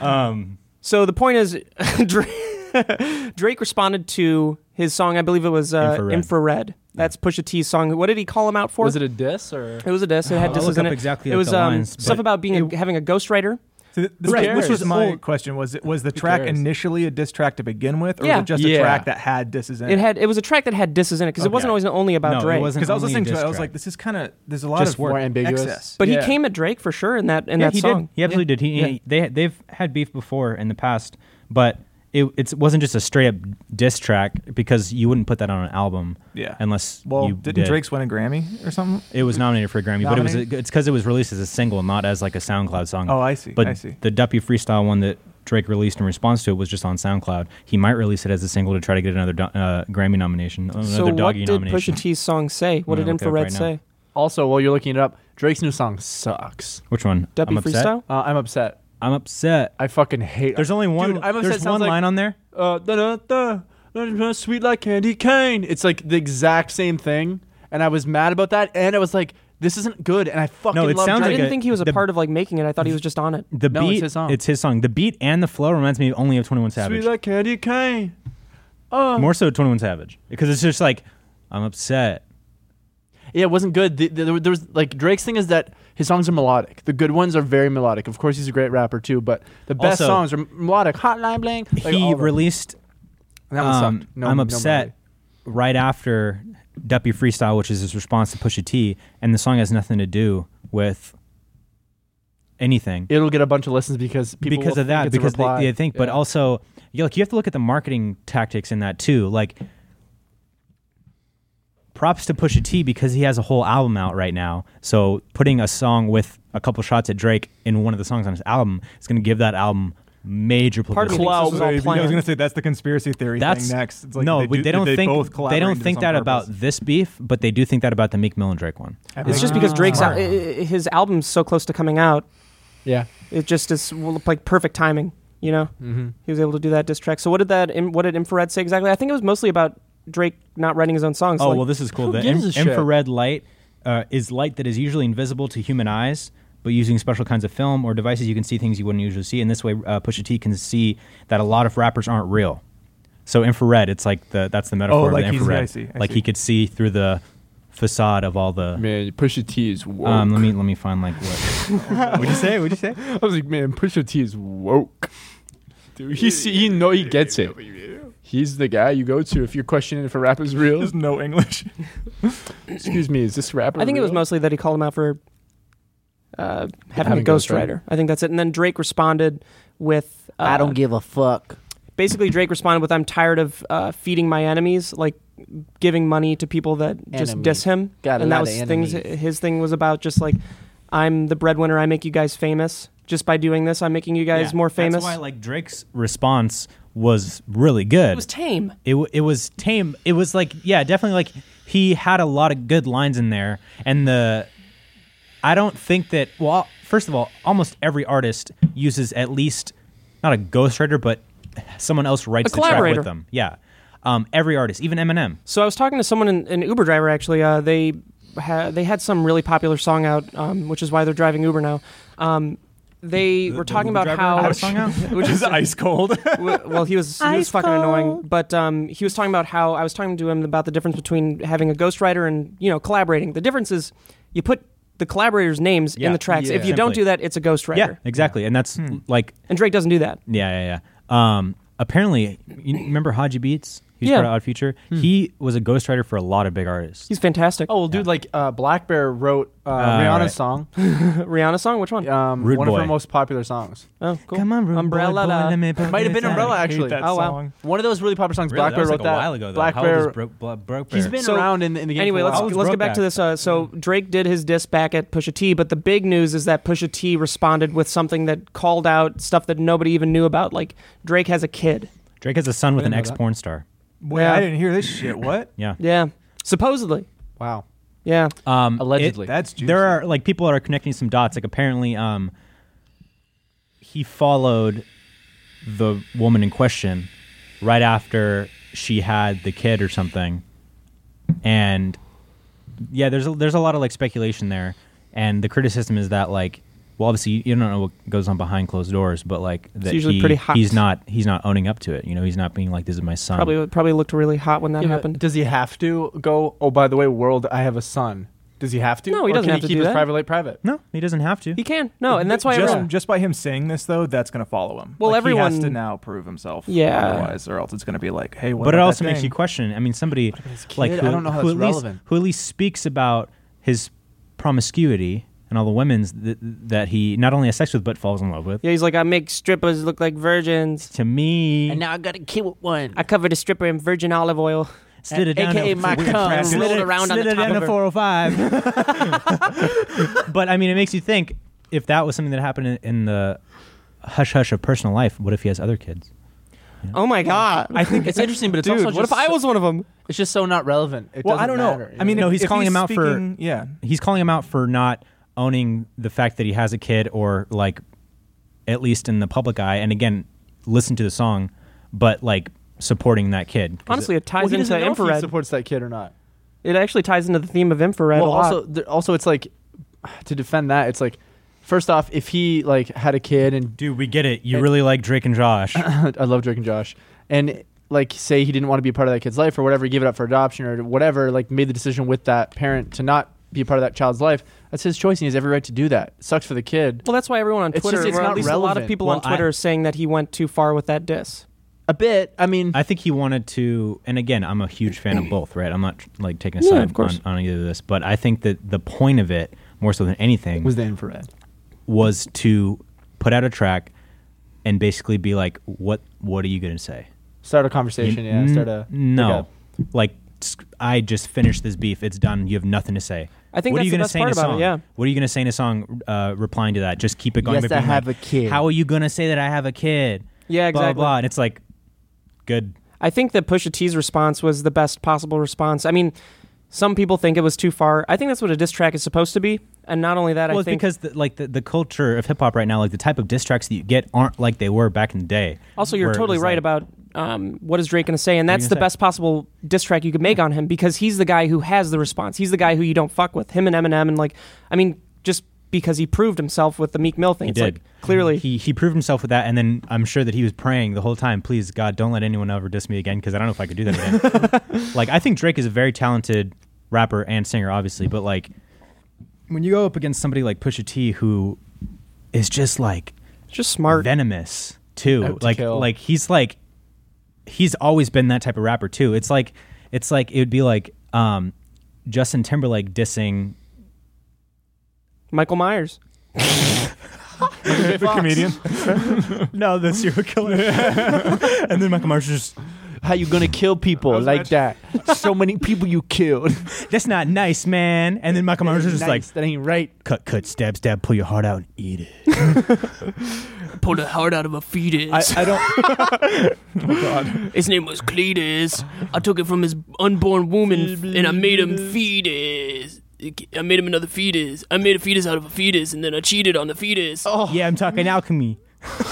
Speaker 4: Um,
Speaker 3: So the point is, Drake, Drake responded to his song. I believe it was uh,
Speaker 4: Infrared.
Speaker 3: Infrared. That's Pusha T's song. What did he call him out for?
Speaker 2: was it a diss or?
Speaker 3: It was a diss. It had
Speaker 4: I'll
Speaker 3: disses
Speaker 4: look
Speaker 3: in
Speaker 4: Oh, up
Speaker 3: it.
Speaker 4: exactly
Speaker 3: it
Speaker 4: like
Speaker 3: was
Speaker 4: the
Speaker 3: um,
Speaker 4: lines,
Speaker 3: stuff
Speaker 4: but
Speaker 3: about being a, having a ghostwriter.
Speaker 5: So th- this
Speaker 2: Right,
Speaker 5: was-
Speaker 2: cares?
Speaker 5: Which was my
Speaker 2: Well-
Speaker 5: question. Was it was the track
Speaker 2: cares?
Speaker 5: initially a diss track to begin with, or
Speaker 3: Yeah.
Speaker 5: was it just a
Speaker 2: Yeah.
Speaker 5: track that had disses in
Speaker 3: It had. It was a track that had disses in it because it wasn't
Speaker 4: Okay.
Speaker 3: always only about
Speaker 4: No, it
Speaker 3: Drake.
Speaker 4: wasn't
Speaker 5: Because I was
Speaker 4: only a
Speaker 5: listening to it,
Speaker 4: diss
Speaker 5: I was
Speaker 4: track.
Speaker 5: like, this is kind of there's a lot
Speaker 4: Just
Speaker 5: of
Speaker 4: work.
Speaker 2: more ambiguous.
Speaker 5: excess.
Speaker 3: But
Speaker 5: Yeah.
Speaker 3: he came at Drake for sure in that in
Speaker 4: yeah,
Speaker 3: that
Speaker 4: he
Speaker 3: song.
Speaker 4: did. He absolutely did. He,
Speaker 2: Yeah.
Speaker 4: he- they they've had beef before in the past, but it it wasn't just a straight up diss track because you wouldn't put that on an album
Speaker 5: Yeah.
Speaker 4: unless
Speaker 5: well,
Speaker 4: you
Speaker 5: didn't
Speaker 4: did.
Speaker 5: Drake's win a Grammy or something?
Speaker 4: It was nominated for a Grammy, but it was
Speaker 5: Nominated?
Speaker 4: it's because it was released as a single, not as like a SoundCloud song.
Speaker 5: Oh, I see.
Speaker 4: But
Speaker 5: I see.
Speaker 4: the Duppy freestyle one that Drake released in response to it was just on SoundCloud. He might release it as a single to try to get another do- uh, Grammy nomination, another
Speaker 3: So what
Speaker 4: doggy
Speaker 3: did
Speaker 4: nomination.
Speaker 3: Pusha T's song say? What did
Speaker 4: I'm gonna look it up
Speaker 3: Infrared
Speaker 4: right now.
Speaker 3: say?
Speaker 2: Also, while you're looking it up, Drake's new song sucks.
Speaker 4: Which one?
Speaker 3: Duppy
Speaker 4: I'm upset.
Speaker 3: freestyle.
Speaker 2: Uh, I'm upset.
Speaker 4: I'm upset.
Speaker 2: I fucking hate.
Speaker 4: There's only one.
Speaker 2: Dude, I'm upset
Speaker 4: there's
Speaker 2: sounds
Speaker 4: one
Speaker 2: like-
Speaker 4: line on there.
Speaker 2: uh, da da da, sweet like candy cane. It's like the exact same thing, and I was mad about that, and I was like, This isn't good, and I fucking
Speaker 4: No, it
Speaker 2: love
Speaker 4: sounds
Speaker 3: I
Speaker 2: Drake.
Speaker 4: like
Speaker 3: didn't
Speaker 4: a-
Speaker 3: think he was a
Speaker 4: the-
Speaker 3: part of like making it. I thought he was just on it.
Speaker 4: The
Speaker 2: No,
Speaker 4: beat,
Speaker 2: it's his song.
Speaker 4: It's his song. The beat and the flow reminds me only of Twenty One Savage,
Speaker 2: Sweet like candy cane. Oh.
Speaker 4: more so Twenty One Savage, because it's just like I'm upset.
Speaker 2: Yeah, it wasn't good. The, the, there was like Drake's thing is that his songs are melodic. The good ones are very melodic. Of course, he's a great rapper too, but the best
Speaker 4: Also-
Speaker 2: songs are melodic. Hotline Bling. Like all
Speaker 4: he
Speaker 2: of them.
Speaker 4: released
Speaker 2: That one
Speaker 4: um,
Speaker 2: sucked. No,
Speaker 4: I'm
Speaker 2: no
Speaker 4: upset
Speaker 2: melody.
Speaker 4: right after Duppy Freestyle, which is his response to Pusha T, and the song has nothing to do with anything
Speaker 2: It'll get a bunch of listens because people
Speaker 4: because
Speaker 2: will
Speaker 4: of that.
Speaker 2: think it's a
Speaker 4: Because they,
Speaker 2: reply.
Speaker 4: they think, but
Speaker 2: Yeah.
Speaker 4: also, you like you have to look at the marketing tactics in that too. Like, props to Pusha T because he has a whole album out right now. So putting a song with a couple shots at Drake in one of the songs on his album is going to give that album major
Speaker 3: Part of me
Speaker 4: publicity.
Speaker 3: thinks this was all
Speaker 5: I was
Speaker 3: planned.
Speaker 5: gonna say that's the conspiracy theory
Speaker 4: Oh, That's
Speaker 5: thing next. It's like
Speaker 4: no,
Speaker 5: they,
Speaker 4: but
Speaker 5: do-
Speaker 4: they don't
Speaker 5: they
Speaker 4: think
Speaker 5: both
Speaker 4: they
Speaker 5: collaborated
Speaker 4: don't
Speaker 5: on
Speaker 4: think that
Speaker 5: purpose.
Speaker 4: about this beef, but they do think that about the Meek Mill and Drake one.
Speaker 5: I
Speaker 3: It's
Speaker 5: think-
Speaker 3: just because Drake's
Speaker 4: Smart.
Speaker 3: al- i- i- his album's so close to coming out.
Speaker 2: Yeah.
Speaker 3: It just is well, like perfect timing. You know,
Speaker 2: Mm-hmm.
Speaker 3: he was able to do that diss track. So what did that? im- What did Infrared say exactly? I think it was mostly about Drake not writing his own songs.
Speaker 4: oh
Speaker 3: like,
Speaker 4: well, this is cool.
Speaker 2: who
Speaker 4: The
Speaker 2: gives
Speaker 4: in-
Speaker 2: a shit?
Speaker 4: infrared light uh, is light that is usually invisible to human eyes, but using special kinds of film or devices, you can see things you wouldn't usually see. And this way, uh, Pusha T can see that a lot of rappers aren't real. So infrared, it's like the that's the metaphor of
Speaker 5: Oh, like
Speaker 4: the
Speaker 5: he's-
Speaker 4: infrared.
Speaker 5: I see, I
Speaker 4: like
Speaker 5: see.
Speaker 4: he could see through the facade of all the.
Speaker 2: Man, Pusha T is woke.
Speaker 4: Um, let me let me find like what.
Speaker 5: What'd you say? What'd you say?
Speaker 2: I was like, man, Pusha T is woke. Dude, he see, he know he gets it. He's the guy you go to if you're questioning if a rap is real.
Speaker 5: There's no English.
Speaker 2: Excuse me, is this rapper?
Speaker 3: I think it was
Speaker 2: real?
Speaker 3: mostly that he called him out for uh, having,
Speaker 2: Having
Speaker 3: a
Speaker 2: a
Speaker 3: ghostwriter. I think that's it. And then Drake responded with uh,
Speaker 1: I don't give a fuck.
Speaker 3: Basically, Drake responded with "I'm tired of uh, feeding my enemies, like giving money to people that just
Speaker 1: Enemies.
Speaker 3: diss him."
Speaker 1: Got a
Speaker 3: and
Speaker 1: lot
Speaker 3: that was
Speaker 1: of
Speaker 3: things.
Speaker 1: enemies.
Speaker 3: His thing was about just like, "I'm the breadwinner. I make you guys famous. Just by doing this, I'm making you guys more famous."
Speaker 4: That's why like Drake's response was really good.
Speaker 3: it was tame.
Speaker 4: it, w- it was tame. It was like yeah, definitely like he had a lot of good lines in there, and the I don't think that well, first of all, almost every artist uses at least not a ghostwriter, but someone else writes
Speaker 3: A
Speaker 4: the track
Speaker 3: collaborator.
Speaker 4: with them. Yeah, um, every artist, even Eminem.
Speaker 3: So I was talking to someone, in, an Uber driver actually. Uh, they ha- they had some really popular song out, um, which is why they're driving Uber now. Um, they were talking
Speaker 4: Uber
Speaker 3: about
Speaker 4: driver
Speaker 3: how
Speaker 4: had a song out?
Speaker 3: which is
Speaker 5: ice cold.
Speaker 3: w- well, he was he
Speaker 1: Ice
Speaker 3: was fucking annoying.
Speaker 1: cold.
Speaker 3: But um, he was talking about how I was talking to him about the difference between having a ghostwriter and you know collaborating. The difference is you put the collaborators' names in
Speaker 4: Yeah.
Speaker 3: the tracks. if
Speaker 4: Yeah.
Speaker 3: you don't
Speaker 4: Simply.
Speaker 3: do that, it's a ghostwriter.
Speaker 4: Yeah, exactly, and that's
Speaker 3: Hmm.
Speaker 4: like
Speaker 3: And Drake doesn't do that.
Speaker 4: yeah, yeah, yeah. Um, apparently, you remember Haji Beats? He's
Speaker 3: Yeah.
Speaker 4: part of Odd Future.
Speaker 3: Hmm.
Speaker 4: He was a ghostwriter for a lot of big artists.
Speaker 3: He's fantastic.
Speaker 2: Oh well, dude, like uh, Black Bear wrote uh, Rihanna's
Speaker 4: right.
Speaker 2: song,
Speaker 3: Rihanna song? Which one?
Speaker 2: um,
Speaker 4: Rude
Speaker 2: one of
Speaker 4: Boy.
Speaker 2: her most popular songs.
Speaker 3: Oh, cool.
Speaker 4: Come on, rude boy,
Speaker 3: Umbrella
Speaker 4: boy,
Speaker 3: da.
Speaker 4: let me put
Speaker 2: Might have
Speaker 4: this
Speaker 2: been
Speaker 4: out.
Speaker 2: Umbrella actually.
Speaker 5: that
Speaker 3: Oh, wow.
Speaker 5: song.
Speaker 2: One of those really popular songs.
Speaker 4: Really?
Speaker 2: Black
Speaker 4: That
Speaker 2: Bear
Speaker 4: was,
Speaker 2: wrote
Speaker 4: like,
Speaker 2: that.
Speaker 4: a while ago, though.
Speaker 2: Black
Speaker 4: How old
Speaker 2: Bear.
Speaker 4: is Bro- Bro- Broke Bear?
Speaker 2: he's been
Speaker 3: So-
Speaker 2: around in, in the game.
Speaker 3: Anyway,
Speaker 2: for a
Speaker 3: let's
Speaker 2: while.
Speaker 4: was
Speaker 3: let's get back
Speaker 4: Brokeback.
Speaker 3: to this. Uh, so Drake did his diss back at Pusha T, but the big news is that Pusha T responded with something that called out stuff that nobody even knew about. Like Drake has a kid.
Speaker 4: Drake has a son with
Speaker 2: I
Speaker 4: an
Speaker 2: didn't know
Speaker 4: ex porn star.
Speaker 5: Wait,
Speaker 3: Yeah.
Speaker 5: I didn't hear this shit. What?
Speaker 4: Yeah.
Speaker 3: Yeah, supposedly.
Speaker 2: Wow.
Speaker 3: Yeah,
Speaker 4: Um,
Speaker 2: Allegedly.
Speaker 5: That's juicy.
Speaker 4: there are like people that are connecting some dots. Like apparently, um, he followed the woman in question right after she had the kid or something, and yeah, there's a, there's a lot of like speculation there, and the criticism is that like. Well, obviously, you you don't know what goes on behind closed doors, but like that
Speaker 3: usually
Speaker 4: he-
Speaker 3: pretty hot.
Speaker 4: he's not he's not owning up to it. You know, he's not being like, "This is my son."
Speaker 3: probably probably looked really hot when that
Speaker 2: Yeah, but
Speaker 3: happened.
Speaker 2: Does he have to go? Oh, by the way, world, I have a son. Does he have to?
Speaker 3: No, he
Speaker 2: Or
Speaker 3: doesn't
Speaker 2: can
Speaker 3: have to
Speaker 2: he keep
Speaker 3: do
Speaker 2: his
Speaker 3: that.
Speaker 2: private life private.
Speaker 4: No, he doesn't have to.
Speaker 3: He can no, Oh, and that's why
Speaker 5: just,
Speaker 3: everyone.
Speaker 5: just by him saying this though, that's gonna follow him.
Speaker 3: Well,
Speaker 5: Like, he
Speaker 3: everyone-
Speaker 5: has to now prove himself.
Speaker 3: Yeah.
Speaker 5: otherwise, or else it's gonna be like, hey, what
Speaker 4: but it
Speaker 5: about
Speaker 4: also
Speaker 5: that
Speaker 4: makes
Speaker 5: thing?
Speaker 4: you question. I mean, somebody
Speaker 2: his kid?
Speaker 4: like
Speaker 2: I
Speaker 4: who,
Speaker 2: don't know how
Speaker 4: who
Speaker 2: that's
Speaker 4: at least,
Speaker 2: relevant.
Speaker 4: who at least speaks about his promiscuity and all the women's th- that he not only has sex with but falls in love with.
Speaker 3: yeah, he's like I make strippers look like virgins.
Speaker 4: To me,
Speaker 1: And now I gotta kill one.
Speaker 3: I covered a stripper in virgin olive oil.
Speaker 4: slid it down
Speaker 1: AKA
Speaker 4: to-
Speaker 1: my
Speaker 4: weird
Speaker 1: cum
Speaker 4: practice.
Speaker 1: rolled
Speaker 4: Slid it-
Speaker 1: around on
Speaker 4: slid
Speaker 1: the
Speaker 4: it
Speaker 1: top
Speaker 4: down
Speaker 1: of
Speaker 4: to
Speaker 1: her.
Speaker 4: 405. but I mean, it makes you think if that was something that happened in, in the hush hush of personal life, what if he has other kids?
Speaker 3: Oh my god,
Speaker 2: I think it's interesting, but it's
Speaker 3: dude!
Speaker 2: also
Speaker 3: What
Speaker 2: just
Speaker 3: if I
Speaker 2: so-
Speaker 3: was one of them?
Speaker 2: It's just so not relevant. It
Speaker 5: Well, I
Speaker 2: doesn't
Speaker 5: don't know.
Speaker 2: matter,
Speaker 5: I mean,
Speaker 4: No,
Speaker 5: if-
Speaker 4: he's
Speaker 5: if
Speaker 4: calling him out for-
Speaker 5: speaking- yeah.
Speaker 4: he's calling him out for not owning the fact that he has a kid or like at least in the public eye and again listen to the song but like supporting that kid 'Cause
Speaker 3: Honestly,
Speaker 4: it-
Speaker 3: it ties
Speaker 2: well, he
Speaker 3: into
Speaker 2: doesn't know if he
Speaker 3: infrared.
Speaker 2: supports that kid or not.
Speaker 3: It actually ties into the theme of infrared a
Speaker 2: well,
Speaker 3: lot.
Speaker 2: also, there, also, it's like to defend that. It's like first off, if he like had a kid and
Speaker 4: Dude, we get it. You really like Drake and Josh.
Speaker 2: I love Drake and Josh, and like say he didn't want to be a part of that kid's life or whatever, give it up for adoption or whatever, like made the decision with that parent to not be a part of that child's life. That's his choice, and he has every right to do that. sucks for the kid
Speaker 3: well, that's why everyone on
Speaker 2: It's
Speaker 3: Twitter,
Speaker 2: just- it's
Speaker 3: or at
Speaker 2: not
Speaker 3: least a lot of
Speaker 2: relevant.
Speaker 3: people on
Speaker 4: Well, I-
Speaker 3: Twitter, are saying that he went too far with that diss.
Speaker 2: a bit. I mean,
Speaker 4: I think he wanted to, and again, I'm a huge fan of both, right? I'm not like taking a
Speaker 3: Yeah,
Speaker 4: side
Speaker 3: of course.
Speaker 4: on, on either of this, but I think that the point of it, more so than anything,
Speaker 2: was the infrared.
Speaker 4: was to put out a track and basically be like, "What? What are you gonna say?"
Speaker 2: Start a conversation. yeah,
Speaker 4: N-
Speaker 2: start a
Speaker 4: no,
Speaker 2: like
Speaker 4: like sc- I just finished this beef. It's done. You have nothing to say.
Speaker 3: I think
Speaker 4: what are
Speaker 3: that's
Speaker 4: you
Speaker 3: the
Speaker 4: gonna
Speaker 3: best
Speaker 4: say in
Speaker 3: part
Speaker 4: a
Speaker 3: about it,
Speaker 4: song?
Speaker 3: yeah.
Speaker 4: What are you gonna say in a song? Uh, replying to that, just keep it going.
Speaker 1: Yes,
Speaker 4: by
Speaker 1: I
Speaker 4: being
Speaker 1: have
Speaker 4: like,
Speaker 1: a kid.
Speaker 4: How are you gonna say that I have a kid?
Speaker 3: Yeah,
Speaker 4: Blah
Speaker 3: exactly.
Speaker 4: blah. And it's like, good.
Speaker 3: I think that Pusha T's response was the best possible response. I mean, some people think it was too far. I think that's what a diss track is supposed to be. And not only that,
Speaker 4: well,
Speaker 3: I
Speaker 4: it's
Speaker 3: think
Speaker 4: because the, like the, the culture of hip hop right now, like the type of diss tracks that you get aren't like they were back in the day.
Speaker 3: also you're
Speaker 4: where it
Speaker 3: totally
Speaker 4: was
Speaker 3: right
Speaker 4: like-
Speaker 3: about um, what is Drake going to say, and
Speaker 4: What are you
Speaker 3: that's the
Speaker 4: gonna say?
Speaker 3: best possible diss track you could make on him because he's the guy who has the response. He's the guy who you don't fuck with. Him and Eminem, and like, I mean, just because he proved himself with the Meek Mill thing.
Speaker 4: He
Speaker 3: it's
Speaker 4: did
Speaker 3: like clearly.
Speaker 4: He he proved himself with that, and then I'm sure that he was praying the whole time. Please, God, don't let anyone ever diss me again, because I don't know if I could do that again. like I think Drake is a very talented rapper and singer, obviously, but like when you go up against somebody like Pusha T, who is just like
Speaker 3: just smart.
Speaker 4: venomous too.
Speaker 2: Out to
Speaker 4: like
Speaker 2: kill.
Speaker 4: like he's like he's always been that type of rapper too. It's like it's like it would be like um Justin Timberlake dissing
Speaker 3: Michael Myers.
Speaker 5: The comedian.
Speaker 4: no the serial killer, and then Michael Myers just
Speaker 1: How you gonna kill people like that? so many people you killed.
Speaker 4: that's not nice, man. And then Michael Myers is just
Speaker 2: nice,
Speaker 4: like
Speaker 2: that ain't right.
Speaker 4: cut, cut, stab, stab, pull your heart out and eat it.
Speaker 6: Pulled the heart out of a fetus.
Speaker 5: I, I don't.
Speaker 6: his name was Cletus. I took it from his unborn womb and, and I made him fetus. I made him another fetus. I made a fetus out of a fetus, and then I cheated on the fetus,
Speaker 4: Yeah, I'm talking alchemy.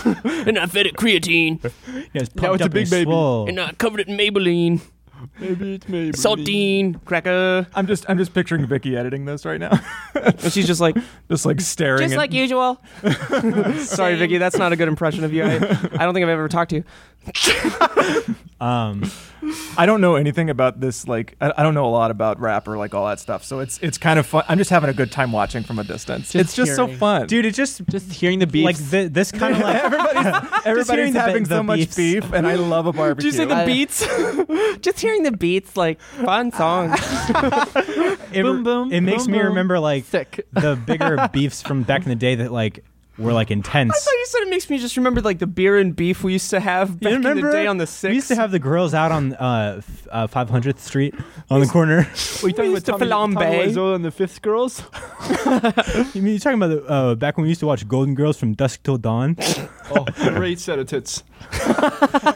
Speaker 6: and I fed it creatine,
Speaker 4: You know, it's
Speaker 2: Now it's
Speaker 4: pumped
Speaker 2: a
Speaker 4: up and
Speaker 2: big baby. uh,
Speaker 4: swole.
Speaker 6: and I covered it in Maybelline,
Speaker 2: Maybe it's maybe
Speaker 6: saltine, cracker.
Speaker 5: I'm just. I'm just picturing Vicky editing this right now,
Speaker 3: And she's just like,
Speaker 5: just like staring.
Speaker 3: just
Speaker 5: at-
Speaker 3: like usual. Sorry, Vicky, that's not a good impression of you. I, I don't think I've ever talked to you.
Speaker 4: Um,
Speaker 5: I don't know anything about this. Like, I, I don't know a lot about rap or like all that stuff. So it's it's kind of fun. I'm just having a good time watching from a distance. it's just so
Speaker 2: hearing.
Speaker 5: fun,
Speaker 4: dude, it just
Speaker 2: Just hearing the beats.
Speaker 4: like thi- this kind of like
Speaker 5: Everybody's, everybody's
Speaker 4: hearing the
Speaker 5: having
Speaker 4: be-
Speaker 5: so
Speaker 4: the
Speaker 5: much
Speaker 4: beefs.
Speaker 5: beef, and I love a
Speaker 3: Did
Speaker 5: barbecue.
Speaker 3: you say the beats? just hearing the beats, like fun song.
Speaker 4: it,
Speaker 2: Boom, boom,
Speaker 4: it makes
Speaker 2: boom,
Speaker 4: me
Speaker 2: boom.
Speaker 4: remember like
Speaker 2: Sick.
Speaker 4: the bigger beefs from back in the day that like were like intense.
Speaker 3: I thought you said it makes me just remember like the beer and beef we used to have back in the day on the sixth.
Speaker 4: We used to have the girls out on uh, f- uh, 500th Street on the corner.
Speaker 2: Were you talking
Speaker 3: used
Speaker 2: about
Speaker 3: to
Speaker 2: Tommy, Tommy
Speaker 3: flambe.
Speaker 2: Wiseau and the Fifth Girls?
Speaker 4: you mean you're talking about the, uh, back when we used to watch Golden Girls from dusk till dawn?
Speaker 2: Oh, great set of tits.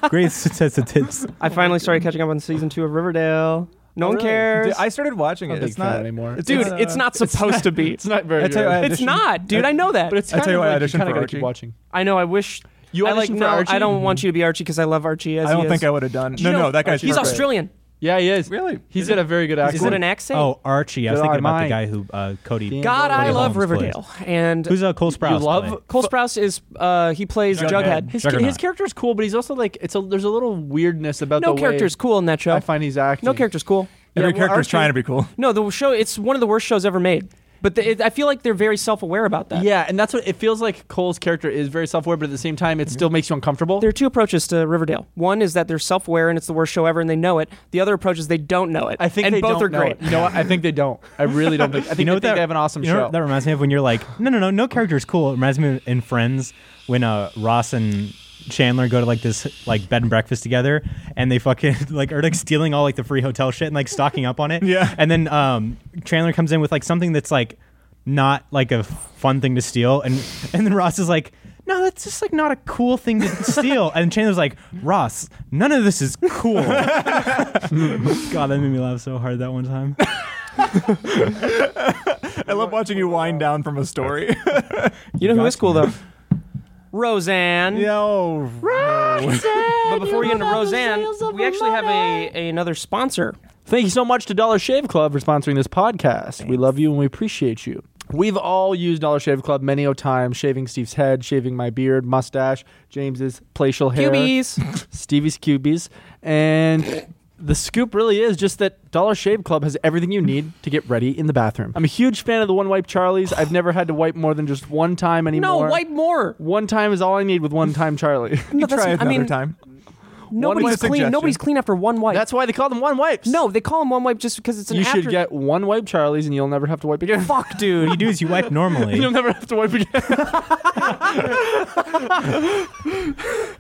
Speaker 4: Great success of tits.
Speaker 3: I finally started catching up on season two of Riverdale. No
Speaker 2: Oh,
Speaker 3: one
Speaker 2: really?
Speaker 3: cares,
Speaker 5: Dude, I started watching
Speaker 2: Not a
Speaker 5: it.
Speaker 2: big
Speaker 5: It's
Speaker 2: fan
Speaker 5: not
Speaker 2: anymore.
Speaker 3: dude. It's,
Speaker 5: uh,
Speaker 3: not supposed to be.
Speaker 2: It's not very
Speaker 5: I tell you, I
Speaker 2: good.
Speaker 5: had-
Speaker 3: It's
Speaker 5: audition-
Speaker 3: not, dude. I, know that.
Speaker 2: But it's
Speaker 5: I
Speaker 2: kind
Speaker 5: tell you
Speaker 2: of
Speaker 5: why I
Speaker 2: like, you
Speaker 5: auditioned
Speaker 2: kind
Speaker 5: for
Speaker 2: of gotta
Speaker 5: Archie.
Speaker 2: keep watching.
Speaker 3: I know. I wish.
Speaker 2: You
Speaker 3: I
Speaker 2: auditioned
Speaker 3: like.
Speaker 2: for
Speaker 3: No,
Speaker 2: Archie?
Speaker 3: I don't want you to be Archie because I love Archie. As
Speaker 5: I
Speaker 3: he
Speaker 5: don't
Speaker 3: is.
Speaker 5: think I would have done.
Speaker 3: Do you
Speaker 5: No,
Speaker 3: know-
Speaker 5: no, that guy's
Speaker 3: He's
Speaker 5: perfect.
Speaker 3: Australian.
Speaker 2: Yeah, he is.
Speaker 5: Really?
Speaker 2: He's got a very good accent.
Speaker 3: Is it an accent?
Speaker 4: Oh, Archie. I was
Speaker 2: Good
Speaker 4: thinking
Speaker 2: eye,
Speaker 4: about the
Speaker 2: mine.
Speaker 4: guy who uh, Cody.
Speaker 3: God, I
Speaker 4: Cody
Speaker 3: love
Speaker 4: Holmes plays.
Speaker 3: Riverdale. And
Speaker 4: Who's uh, Cole Sprouse?
Speaker 2: love-
Speaker 4: play?
Speaker 3: Cole Sprouse is uh, he plays Jughead.
Speaker 5: Jughead.
Speaker 2: His,
Speaker 4: Juggernaut.
Speaker 2: his character is cool, but he's also like it's a there's a little weirdness about
Speaker 3: No
Speaker 2: the
Speaker 3: character's
Speaker 2: way
Speaker 3: cool in that show.
Speaker 2: I find he's acting.
Speaker 3: No character's cool.
Speaker 2: Yeah,
Speaker 5: Every
Speaker 2: well,
Speaker 5: character's
Speaker 2: Archie-
Speaker 5: trying to be cool.
Speaker 3: No, the show. It's one of the worst shows ever made. But the, it, I feel like they're very self-aware about that.
Speaker 2: Yeah, and that's what it feels like. Cole's character is very self-aware, but at the same time, it still makes you uncomfortable.
Speaker 3: There are two approaches to Riverdale. One is that they're self-aware and it's the worst show ever, and they know it. The other approach is they don't know it.
Speaker 2: I think
Speaker 3: and
Speaker 2: they
Speaker 3: both
Speaker 2: don't
Speaker 3: are
Speaker 2: know
Speaker 3: great.
Speaker 2: it. You know what? I think they don't. I really don't think. I think,
Speaker 4: You know
Speaker 2: they,
Speaker 4: what
Speaker 2: think
Speaker 4: that-
Speaker 2: they have an awesome
Speaker 4: You know
Speaker 2: show.
Speaker 4: what that reminds me of when you're like, no, no, no, no character is cool. It reminds me of in Friends when uh, Ross and Chandler go to like this like bed and breakfast together, and they fucking like are like stealing all like the free hotel shit and like stocking up on it.
Speaker 5: Yeah.
Speaker 4: And then um, Chandler comes in with like something that's like not like a fun thing to steal, and and then Ross is like. No, that's just like not a cool thing to steal. And Chandler's like, Ross, none of this is cool. God, that made me laugh so hard that one time.
Speaker 5: I love watching you wind down from a story.
Speaker 3: You know who is cool though? Roseanne.
Speaker 5: Yo,
Speaker 3: But before we get into Roseanne, we actually have a, a- another sponsor
Speaker 2: Thank you so much to Dollar Shave Club for sponsoring this podcast. We love you and we appreciate you. We've all used Dollar Shave Club many a time, shaving Steve's head, shaving my beard, mustache, James's placial hair,
Speaker 3: QBs.
Speaker 2: Stevie's cubies, and the scoop really is just that Dollar Shave Club has everything you need to get ready in the bathroom. I'm a huge fan of the one wipe Charlies. I've never had to wipe more than just one time
Speaker 3: No,
Speaker 2: anymore.
Speaker 3: wipe more.
Speaker 2: One time is all I need with one time Charlie.
Speaker 3: No, that's,
Speaker 5: Try it
Speaker 3: I
Speaker 5: another
Speaker 3: mean,
Speaker 5: time.
Speaker 3: nobody's
Speaker 5: wipe
Speaker 3: clean.
Speaker 5: suggestion.
Speaker 3: Nobody's clean after one wipe.
Speaker 2: That's why they call them one wipes.
Speaker 3: no, they call them one wipe just because it's an
Speaker 2: you
Speaker 3: after.
Speaker 2: should get one wipe Charlie's and you'll never have to wipe again.
Speaker 3: Fuck, dude.
Speaker 4: What you do is you wipe normally.
Speaker 2: You'll never have to wipe again.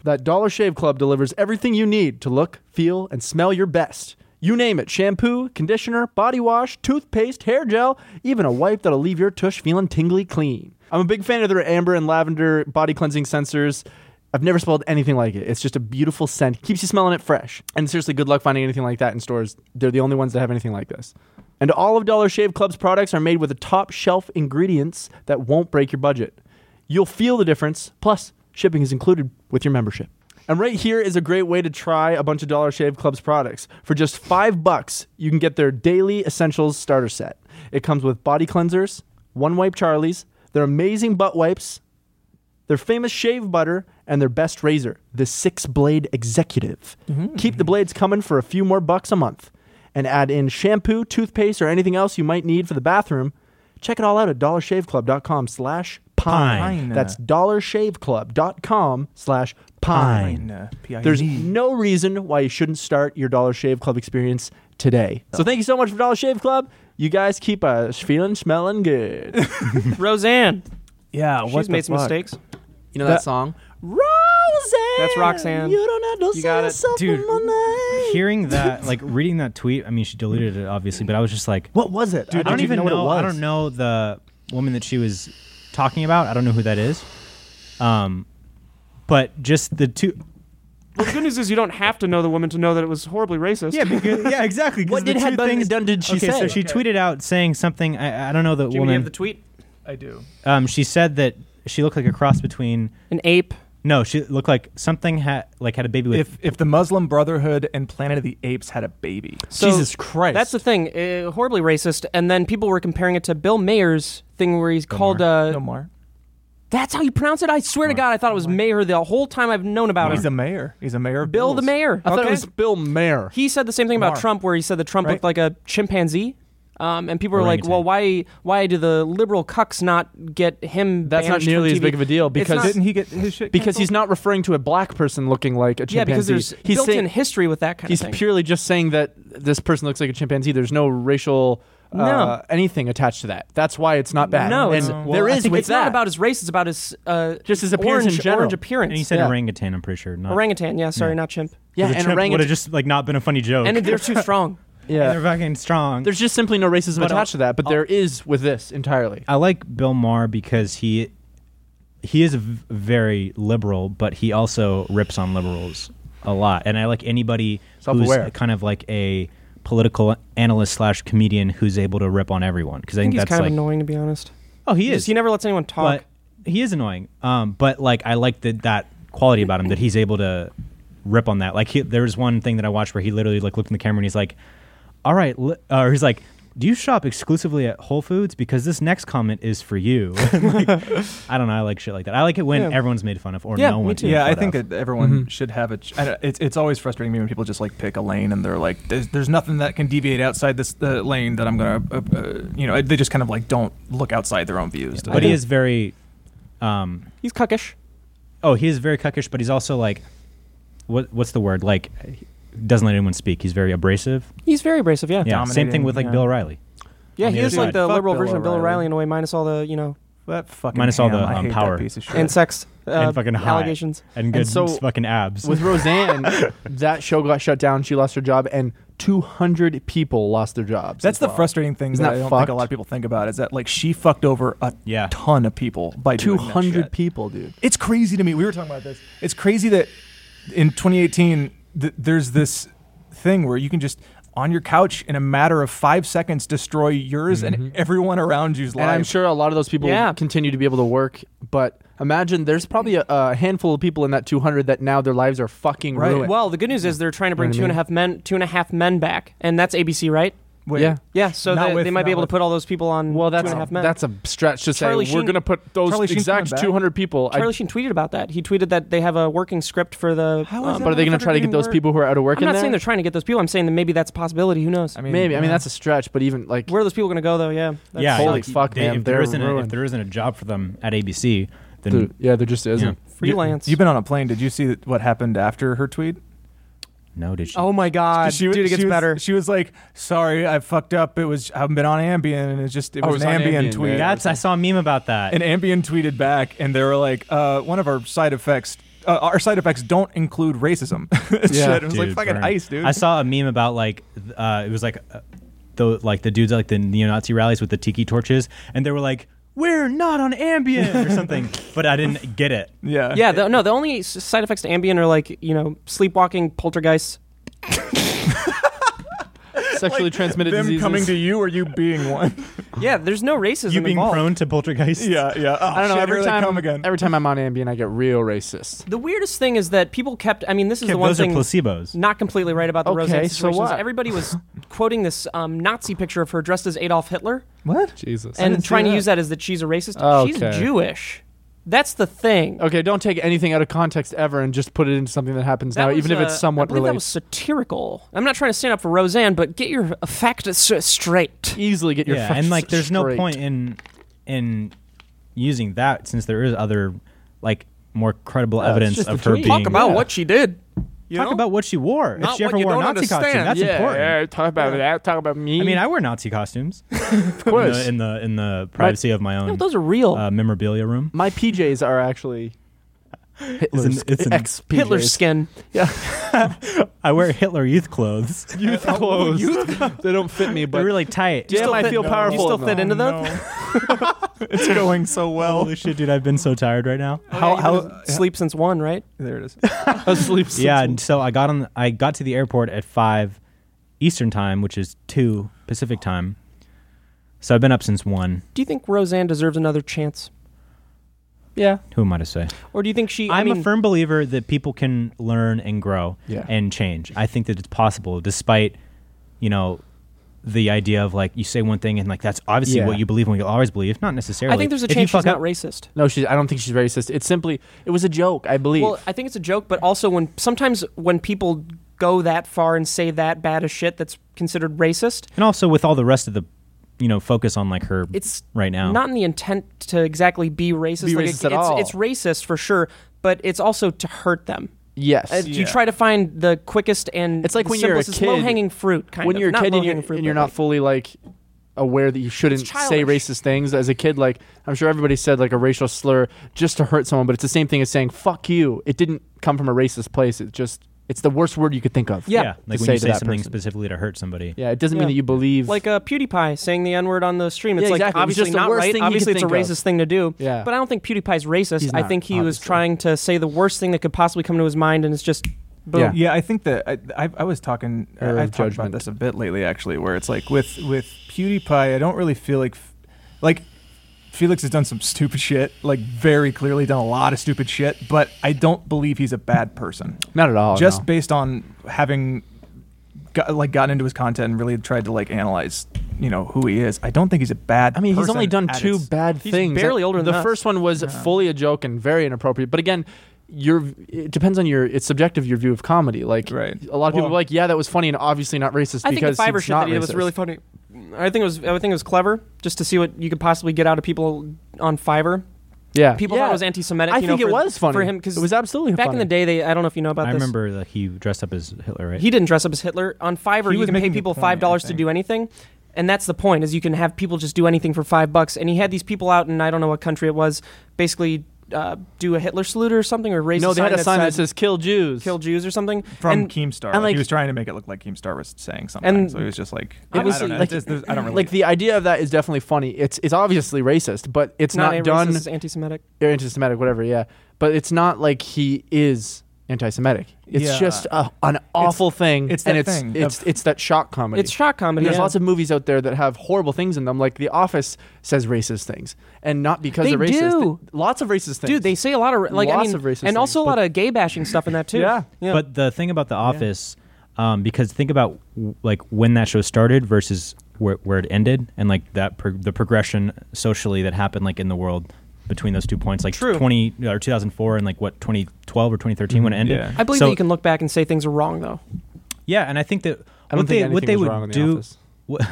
Speaker 2: that Dollar Shave Club delivers everything you need to look, feel, and smell your best. You name it shampoo, conditioner, body wash, toothpaste, hair gel, even a wipe that'll leave your tush feeling tingly clean. I'm a big fan of their amber and lavender body cleansing sensors. I've never smelled anything like it. It's just a beautiful scent. Keeps you smelling it fresh. And seriously, good luck finding anything like that in stores. They're the only ones that have anything like this. And all of Dollar Shave Club's products are made with the top shelf ingredients that won't break your budget. You'll feel the difference. Plus, shipping is included with your membership. And right here is a great way to try a bunch of Dollar Shave Club's products. For just five bucks, you can get their daily essentials starter set. It comes with body cleansers, one wipe Charlie's, their amazing butt wipes, their famous shave butter, and their best razor, the six blade executive. Keep the blades coming for a few more bucks a month. And add in shampoo, toothpaste, or anything else you might need for the bathroom. Check it all out at dollarshaveclub.com slash pine.
Speaker 5: Pine.
Speaker 2: That's dollarshaveclub.com slash pine.
Speaker 5: Fine, uh, P I N E.
Speaker 2: There's no reason why you shouldn't start your Dollar Shave Club experience today. So thank you so much for Dollar Shave Club. You guys keep us feeling, smelling good.
Speaker 3: Roseanne.
Speaker 5: yeah.
Speaker 3: She's
Speaker 5: What the
Speaker 3: made some
Speaker 5: fuck?
Speaker 3: mistakes.
Speaker 2: You know
Speaker 5: That-
Speaker 2: song? Roseanne.
Speaker 3: That's Roxanne.
Speaker 2: You don't have to
Speaker 3: You
Speaker 2: you
Speaker 3: got it.
Speaker 2: got
Speaker 4: Dude, Hearing that, like reading that tweet, I mean, she deleted it obviously, but I was just like,
Speaker 2: What was it?
Speaker 4: I don't even know. I don't know the woman that she was talking about. I don't know who that is. Um, but just the two.
Speaker 3: Well, the good news is you don't have to know the woman to know that it was horribly racist.
Speaker 4: because, yeah, exactly. 'cause
Speaker 2: What
Speaker 4: the
Speaker 2: did
Speaker 4: two
Speaker 2: Headbutting
Speaker 4: things-
Speaker 2: Done did she
Speaker 4: okay,
Speaker 2: say?
Speaker 4: So she tweeted out saying something. I, I don't know the
Speaker 3: Jimmy, do you
Speaker 4: woman.
Speaker 3: have the tweet?
Speaker 5: I do.
Speaker 4: um, she said that she looked like a cross between.
Speaker 3: An ape.
Speaker 4: No, she looked like something had like had a baby with.
Speaker 5: If if the Muslim Brotherhood and Planet of the Apes had a baby,
Speaker 3: So
Speaker 2: Jesus Christ.
Speaker 3: That's the thing. Uh, horribly racist. And then people were comparing it to Bill Mayer's thing where he's called. Uh,
Speaker 5: no more.
Speaker 3: That's how you pronounce it? I swear to God, I thought it was Mayer the whole time I've known about
Speaker 5: He's
Speaker 3: it.
Speaker 5: a mayor. He's a mayor of
Speaker 3: Bill the
Speaker 5: Bills.
Speaker 3: Mayor.
Speaker 2: I thought
Speaker 3: okay?
Speaker 2: it was Bill Mayer.
Speaker 3: He said the same thing about
Speaker 5: Mar.
Speaker 3: Trump, where he said that Trump
Speaker 5: Right.
Speaker 3: looked like a chimpanzee. Um, and people were like,
Speaker 4: Orangutan.
Speaker 3: "Well, why? Why do the liberal cucks not get him?"
Speaker 2: That's not
Speaker 3: banished from
Speaker 2: nearly as
Speaker 3: TV?
Speaker 2: big of a deal
Speaker 3: It's
Speaker 2: because
Speaker 3: not-
Speaker 5: Didn't he get his shit?
Speaker 2: because he's not referring to a black person looking like a chimpanzee.
Speaker 3: yeah, because there's
Speaker 2: he's
Speaker 3: built-in
Speaker 2: saying,
Speaker 3: history with that kind
Speaker 2: he's
Speaker 3: of thing.
Speaker 2: purely just saying that this person looks like a chimpanzee. There's no racial uh,
Speaker 3: No.
Speaker 2: anything attached to that. That's why it's not bad.
Speaker 3: No,
Speaker 2: and
Speaker 3: it's-
Speaker 5: Well,
Speaker 2: there
Speaker 5: I
Speaker 2: is
Speaker 5: think
Speaker 2: with
Speaker 3: it's
Speaker 2: that.
Speaker 3: not about his race; it's about his uh,
Speaker 2: Just his appearance in
Speaker 3: orange,
Speaker 2: general.
Speaker 3: orange
Speaker 4: and
Speaker 3: appearance.
Speaker 4: he said
Speaker 2: yeah.
Speaker 4: orangutan. I'm pretty sure. Not,
Speaker 3: orangutan. Yeah, sorry,
Speaker 4: Yeah.
Speaker 3: not chimp.
Speaker 2: yeah,
Speaker 4: The
Speaker 2: and
Speaker 4: chimp would have
Speaker 2: orangutan.
Speaker 4: just like not been a funny joke.
Speaker 3: And they're too strong.
Speaker 2: yeah.
Speaker 4: they're fucking strong.
Speaker 2: There's just simply no racism
Speaker 4: But I'll-
Speaker 2: attached to that, but there is with this entirely.
Speaker 4: I like Bill Maher because he he is v- very liberal, but he also rips on liberals a lot. And I like anybody
Speaker 2: Self-aware.
Speaker 4: who's kind of like a political analyst slash comedian who's able to rip on everyone because I,
Speaker 3: I think he's
Speaker 4: that's
Speaker 3: kind
Speaker 4: like
Speaker 3: of annoying, to be honest.
Speaker 4: oh he is
Speaker 3: Just- he never lets anyone talk.
Speaker 4: but he is annoying. Um, but like I like that that quality about him that he's able to rip on that. Like he, there was one thing that I watched where he literally like looked in the camera and he's like, "All right," li-, or he's like. Do you shop exclusively at Whole Foods? Because this next comment is for you. Like, I don't know. I like shit like that. I like it when
Speaker 3: Yeah.
Speaker 4: everyone's made fun of or
Speaker 3: Yeah,
Speaker 4: no
Speaker 3: me
Speaker 4: one's
Speaker 3: too.
Speaker 4: made
Speaker 5: Yeah,
Speaker 4: fun
Speaker 5: I think
Speaker 4: of.
Speaker 5: that everyone should have a. Ch- I don't- it's it's always frustrating me when people just like pick a lane and they're like, "There's, there's nothing that can deviate outside this uh, lane that I'm gonna," uh, uh, you know. They just kind of like don't look outside their own views. "Oh,
Speaker 4: but he is very. Um,
Speaker 3: he's cuckish.
Speaker 4: oh, he is very cuckish, but he's also like, what? What's the word? Like, he doesn't let anyone speak. He's very abrasive.
Speaker 3: He's very abrasive. Yeah,
Speaker 4: Yeah. Same thing
Speaker 5: Dominating,
Speaker 4: with like
Speaker 5: yeah.
Speaker 4: Bill O'Reilly.
Speaker 3: Yeah,
Speaker 4: On
Speaker 3: he
Speaker 4: the
Speaker 3: is
Speaker 4: other
Speaker 3: like the
Speaker 5: side. Fuck
Speaker 3: liberal
Speaker 5: Bill
Speaker 3: version of Bill
Speaker 5: O'Reilly.
Speaker 3: O'Reilly in a way, minus all the you know
Speaker 5: that fucking
Speaker 4: Minus all
Speaker 5: ham,
Speaker 4: the,
Speaker 5: I
Speaker 4: um,
Speaker 5: hate that
Speaker 4: power.
Speaker 5: piece of shit.
Speaker 3: and sex uh,
Speaker 4: And fucking hot.
Speaker 3: allegations.
Speaker 4: and good
Speaker 2: so-
Speaker 4: fucking abs.
Speaker 2: With Roseanne, that show got shut down. She lost her job, and 200 people lost their jobs.
Speaker 5: That's
Speaker 2: as
Speaker 5: the
Speaker 2: well.
Speaker 5: frustrating thing
Speaker 2: Isn't
Speaker 5: that,
Speaker 2: that
Speaker 5: I don't
Speaker 2: fucked?
Speaker 5: think a lot of people think about is that like she fucked over a
Speaker 4: Yeah.
Speaker 5: ton of people by doing that
Speaker 2: 200
Speaker 5: shit.
Speaker 2: people, dude.
Speaker 5: It's crazy to me. We were talking about this. It's crazy that in 2018 th- there's this thing where you can just on your couch in a matter of five seconds destroy yours and everyone around you's life.
Speaker 2: And I'm sure a lot of those people
Speaker 3: Yeah.
Speaker 2: continue to be able to work, but Imagine there's probably a, a handful of people in that 200 that now their lives are fucking
Speaker 5: Right.
Speaker 2: ruined.
Speaker 3: Well, the good news is they're trying to bring
Speaker 2: what I
Speaker 3: two and a
Speaker 2: mean?
Speaker 3: half men, two and a half men back, and that's ABC, right?
Speaker 5: Wait,
Speaker 2: yeah.
Speaker 3: Yeah, so
Speaker 5: Not
Speaker 3: they,
Speaker 5: with-
Speaker 3: they might be
Speaker 5: not
Speaker 3: able
Speaker 5: with-
Speaker 3: to put all those people on
Speaker 2: Well, that's
Speaker 3: two and a half men.
Speaker 2: that's a stretch to
Speaker 3: Charlie
Speaker 2: say
Speaker 3: Sheen-
Speaker 2: we're gonna put those
Speaker 5: Charlie Sheen's
Speaker 2: exact
Speaker 5: coming back.
Speaker 2: 200 people. I-
Speaker 3: Charlie Sheen tweeted about that. He tweeted that they have a working script for the.
Speaker 5: How is
Speaker 3: um,
Speaker 5: that
Speaker 2: but are they gonna
Speaker 5: motherfucker
Speaker 2: try to
Speaker 5: getting
Speaker 2: get those
Speaker 5: work?
Speaker 2: people who are out of work
Speaker 3: I'm
Speaker 2: in
Speaker 3: not
Speaker 2: there?
Speaker 3: saying they're trying to get those people. I'm saying that maybe that's a possibility. Who knows?
Speaker 5: I mean,
Speaker 2: Maybe. I mean,
Speaker 5: yeah.
Speaker 2: that's a stretch, but even like
Speaker 3: Where are those people going to go though? Yeah. that's-
Speaker 4: yeah,
Speaker 2: Holy
Speaker 4: like,
Speaker 2: fuck,
Speaker 4: they-
Speaker 2: man,
Speaker 4: If there
Speaker 2: they're
Speaker 4: isn't a, if
Speaker 2: ruined.
Speaker 4: there isn't a job for them at ABC, then
Speaker 2: Dude, yeah, there just
Speaker 4: yeah.
Speaker 2: isn't.
Speaker 3: freelance.
Speaker 5: You, have been on a plane. Did you see that- what happened after her tweet?
Speaker 4: no, did she?
Speaker 3: oh my god,
Speaker 5: 'Cause she, was-
Speaker 3: dude, it gets
Speaker 5: she was-
Speaker 3: better.
Speaker 5: She was like, "Sorry, I fucked up. It was I haven't been on Ambien, and it's just it
Speaker 2: Oh,
Speaker 5: was,
Speaker 2: it was
Speaker 5: an
Speaker 2: on
Speaker 5: Ambien,
Speaker 2: Ambien,
Speaker 5: tweet."
Speaker 2: yeah.
Speaker 4: that's I saw a meme about that.
Speaker 5: And Ambien tweeted back, and they were like, uh, "One of our side effects, uh, our side effects don't include racism."
Speaker 2: Yeah.
Speaker 5: Shit, it was like
Speaker 4: Dude,
Speaker 5: fucking
Speaker 4: burn.
Speaker 5: ice, dude.
Speaker 4: I saw a meme about like th- uh, it was like uh, the like the dudes at, like the neo-Nazi rallies with the tiki torches, and they were like, "We're not on Ambien" or something. but I didn't get it.
Speaker 5: yeah,
Speaker 3: yeah, the, no, the only s- side effects to Ambien are like you know sleepwalking, poltergeists.
Speaker 2: Sexually transmitted
Speaker 5: Them
Speaker 2: diseases.
Speaker 5: coming to you or you being one.
Speaker 3: Yeah, there's no racism
Speaker 4: You being
Speaker 3: involved.
Speaker 4: prone to poltergeist.
Speaker 5: yeah, yeah. Oh,
Speaker 2: I don't know.
Speaker 5: shit,
Speaker 2: every
Speaker 5: here they
Speaker 2: time,
Speaker 5: come again.
Speaker 2: every time I'm on Ambien, I get real racist.
Speaker 3: The weirdest thing is that people kept. I mean, this is the one
Speaker 4: those are
Speaker 3: thing.
Speaker 4: placebos.
Speaker 3: not completely right about the
Speaker 2: Okay,
Speaker 3: Roseanne
Speaker 2: so
Speaker 3: situation. is
Speaker 2: what?
Speaker 3: Everybody was quoting this um, Nazi picture of her dressed as Adolf Hitler
Speaker 5: what?
Speaker 2: Jesus.
Speaker 3: and
Speaker 5: see
Speaker 3: trying to
Speaker 5: that.
Speaker 3: use that as that she's a racist. She's
Speaker 2: Okay.
Speaker 3: Jewish. That's the thing.
Speaker 2: okay, don't take anything out of context ever and just put it into something that happens now,
Speaker 3: That
Speaker 2: even
Speaker 3: was,
Speaker 2: if it's
Speaker 3: uh,
Speaker 2: somewhat
Speaker 3: I believe That
Speaker 2: related.
Speaker 3: was satirical. I'm not trying to stand up for Roseanne, but get your uh, facts s- straight.
Speaker 2: Easily get your
Speaker 4: yeah,
Speaker 2: facts
Speaker 4: and like there's no
Speaker 2: straight.
Speaker 4: point in in using that since there is other like more credible
Speaker 2: it's
Speaker 4: evidence
Speaker 2: just a
Speaker 4: of her
Speaker 2: tweet.
Speaker 4: being
Speaker 3: Talk about what she did. you
Speaker 4: talk
Speaker 3: know?
Speaker 4: about what she wore. If
Speaker 3: Not
Speaker 4: she
Speaker 3: what
Speaker 4: ever
Speaker 3: you
Speaker 4: wore a
Speaker 3: don't
Speaker 4: Nazi costume,
Speaker 3: understand.
Speaker 4: that's
Speaker 2: yeah,
Speaker 4: important.
Speaker 2: yeah, talk about that. Talk about me.
Speaker 4: I mean, I wear Nazi costumes
Speaker 2: of course.
Speaker 4: in the in the privacy of my
Speaker 3: You know,
Speaker 4: own
Speaker 3: those are real.
Speaker 4: uh, memorabilia room.
Speaker 2: My PJs are actually Hitler's
Speaker 4: It's an- it's an-
Speaker 2: ex PJs.
Speaker 3: Hitler skin.
Speaker 4: I wear Hitler youth clothes.
Speaker 2: youth clothes. they don't fit me, but
Speaker 4: They're really tight.
Speaker 2: damn, I
Speaker 3: fit-
Speaker 2: feel
Speaker 3: no.
Speaker 2: powerful.
Speaker 3: You still
Speaker 2: in them.
Speaker 3: fit into those?
Speaker 5: Oh, it's going so well.
Speaker 4: Holy shit, dude! I've been so tired right now.
Speaker 5: How? How?
Speaker 3: Sleep since one, right?
Speaker 5: There it is.
Speaker 2: asleep.
Speaker 4: Yeah, and so I got on. I got to the airport at five Eastern time, which is two Pacific time. So I've been up since one.
Speaker 3: Do you think Roseanne deserves another chance,
Speaker 2: yeah.
Speaker 4: Who am I to say?
Speaker 3: or do you think she? I
Speaker 4: I'm
Speaker 3: mean,
Speaker 4: a firm believer that people can learn and grow
Speaker 2: Yeah.
Speaker 4: and change. I think that it's possible, despite you know the idea of like you say one thing and like that's obviously
Speaker 2: Yeah.
Speaker 4: what you believe and what you'll always believe. Not necessarily.
Speaker 3: I think there's a
Speaker 4: If you
Speaker 3: chance she's
Speaker 4: fuck
Speaker 3: not
Speaker 4: up-
Speaker 3: racist.
Speaker 2: No, she's. I don't think she's racist. It's simply it was a joke. I believe.
Speaker 3: Well, I think it's a joke, but also when sometimes when people go that far and say that bad as shit, that's considered racist.
Speaker 4: And also with all the rest of the you know focus on like her
Speaker 3: It's
Speaker 4: right now.
Speaker 3: not in the intent to exactly be racist.
Speaker 2: Be
Speaker 3: like,
Speaker 2: racist
Speaker 3: it-
Speaker 2: at
Speaker 3: it's,
Speaker 2: all.
Speaker 3: it's racist for sure, but it's also to hurt them.
Speaker 2: yes.
Speaker 3: Uh, You try to find the quickest and
Speaker 2: It's like
Speaker 3: the
Speaker 2: when you're a
Speaker 3: simplest,
Speaker 2: kid.
Speaker 3: low hanging fruit. Kind
Speaker 2: when
Speaker 3: of.
Speaker 2: you're a
Speaker 3: Not
Speaker 2: kid and you're,
Speaker 3: low-hanging fruit,
Speaker 2: and you're
Speaker 3: but
Speaker 2: not
Speaker 3: like-
Speaker 2: fully like aware that you shouldn't say
Speaker 3: childish.
Speaker 2: racist things as a kid like i'm sure everybody said like a racial slur just to hurt someone but it's the same thing as saying fuck you it didn't come from a racist place it just it's the worst word you could think of
Speaker 3: Yeah.
Speaker 4: yeah, like
Speaker 2: to
Speaker 4: when
Speaker 2: say
Speaker 4: you
Speaker 2: to
Speaker 4: say
Speaker 2: that
Speaker 4: something
Speaker 2: person.
Speaker 4: specifically to hurt somebody.
Speaker 2: yeah it doesn't
Speaker 3: Yeah.
Speaker 2: mean that you believe
Speaker 3: like uh, PewDiePie saying the N word on the stream. It's
Speaker 2: Yeah,
Speaker 3: like
Speaker 2: exactly. It was
Speaker 3: obviously
Speaker 2: just the
Speaker 3: not
Speaker 2: worst
Speaker 3: right.
Speaker 2: thing he
Speaker 3: obviously,
Speaker 2: could
Speaker 3: it's a
Speaker 2: think
Speaker 3: racist
Speaker 2: of.
Speaker 3: thing to do.
Speaker 2: Yeah.
Speaker 3: But I don't think PewDiePie's racist.
Speaker 2: He's
Speaker 3: I
Speaker 2: not,
Speaker 3: think he was
Speaker 2: obviously.
Speaker 3: trying to say the worst thing that could possibly come to his mind, and it's just boom.
Speaker 2: Yeah.
Speaker 5: Yeah, I think that I, I, I was talking. I-
Speaker 2: Error of
Speaker 5: I've talked about
Speaker 2: judgment.
Speaker 5: this a bit lately, actually, where it's like with with PewDiePie, I don't really feel like, f- like, Felix has done some stupid shit, like very clearly done a lot of stupid shit, but I don't believe he's a bad person,
Speaker 2: not at all
Speaker 5: just
Speaker 2: Oh, no.
Speaker 5: based on having, got, like, gotten into his content and really tried to like analyze, you know, who he is. I don't think he's a bad.
Speaker 2: I mean, he's
Speaker 5: person
Speaker 2: only done
Speaker 5: at
Speaker 2: two
Speaker 5: its-
Speaker 2: bad
Speaker 3: he's
Speaker 2: things.
Speaker 3: barely older than
Speaker 2: the
Speaker 3: us.
Speaker 2: first one was fully a joke and very inappropriate. But again, your it depends on your it's subjective your view of comedy. Like
Speaker 5: Right.
Speaker 2: a lot of people are
Speaker 5: Well-
Speaker 2: like, yeah, that was funny and obviously not racist
Speaker 3: I think
Speaker 2: because
Speaker 3: the Fiverr
Speaker 2: it's
Speaker 3: shit
Speaker 2: not
Speaker 3: that he did was
Speaker 2: racist.
Speaker 3: really funny. I think it was. I think it was clever just to see what you could possibly get out of people on Fiverr.
Speaker 2: yeah.
Speaker 3: People
Speaker 2: yeah.
Speaker 3: thought it was anti-Semitic.
Speaker 2: I
Speaker 3: you know,
Speaker 2: think it
Speaker 3: for-
Speaker 2: was funny
Speaker 3: for him because
Speaker 2: it was absolutely
Speaker 3: back
Speaker 2: funny.
Speaker 3: in the day. They I don't know if you know about
Speaker 4: I
Speaker 3: this.
Speaker 4: remember that he dressed up as Hitler, right?
Speaker 3: He didn't dress up as Hitler on Fiverr.
Speaker 5: He
Speaker 3: you
Speaker 5: was
Speaker 3: can pay
Speaker 5: making a
Speaker 3: people
Speaker 5: point,
Speaker 3: five dollars
Speaker 5: I
Speaker 3: to
Speaker 5: think.
Speaker 3: do anything, and that's the point. Is you can have people just do anything for five bucks. And he had these people out in I don't know what country it was, basically uh, do a Hitler salute or something, or raise.
Speaker 2: no, they had a sign that
Speaker 3: said,
Speaker 2: says "Kill Jews."
Speaker 3: "Kill Jews" or something.
Speaker 5: From
Speaker 3: and
Speaker 5: Keemstar,
Speaker 2: and, like-
Speaker 5: he was trying to make it look like Keemstar was saying something,
Speaker 3: And-
Speaker 5: so he was just like,
Speaker 3: It
Speaker 5: I,
Speaker 3: was
Speaker 5: I don't know,
Speaker 2: like-
Speaker 5: There's- there's- I don't really
Speaker 2: Like the idea of that is definitely funny. It's it's obviously racist, but it's
Speaker 3: not,
Speaker 2: not,
Speaker 3: a racist,
Speaker 2: done
Speaker 3: it's anti-Semitic.
Speaker 2: or anti-Semitic, whatever. Yeah, but it's not like he is anti-Semitic. It's
Speaker 5: Yeah.
Speaker 2: just a, an awful thing,
Speaker 5: it's
Speaker 2: and
Speaker 5: that
Speaker 2: it's
Speaker 5: thing
Speaker 2: it's
Speaker 5: of-
Speaker 2: it's that shock comedy.
Speaker 3: It's shock comedy.
Speaker 2: and there's
Speaker 3: yeah.
Speaker 2: lots of movies out there that have horrible things in them, like The Office says racist things, and not because
Speaker 3: They
Speaker 2: are racist.
Speaker 3: do.
Speaker 2: Th- lots of racist things,
Speaker 3: dude. They say a lot of like I
Speaker 2: Lots
Speaker 3: mean,
Speaker 2: of racist
Speaker 3: and also a
Speaker 2: things,
Speaker 3: lot of gay bashing stuff in that too.
Speaker 2: Yeah.
Speaker 4: But the thing about The Office, um, because think about w- like when that show started versus where, where it ended, and like that pro- the progression socially that happened like in the world between those two points, like
Speaker 3: True.
Speaker 4: twenty or two thousand four and like what twenty twelve or twenty thirteen when it ended.
Speaker 5: Yeah.
Speaker 3: I believe
Speaker 4: So-
Speaker 3: that you can look back and say things are wrong though.
Speaker 4: Yeah, and I think that
Speaker 2: I
Speaker 4: what
Speaker 2: don't
Speaker 4: they
Speaker 2: think
Speaker 4: what
Speaker 2: anything
Speaker 4: they
Speaker 2: was
Speaker 4: would
Speaker 2: wrong in The
Speaker 4: do.
Speaker 2: Office,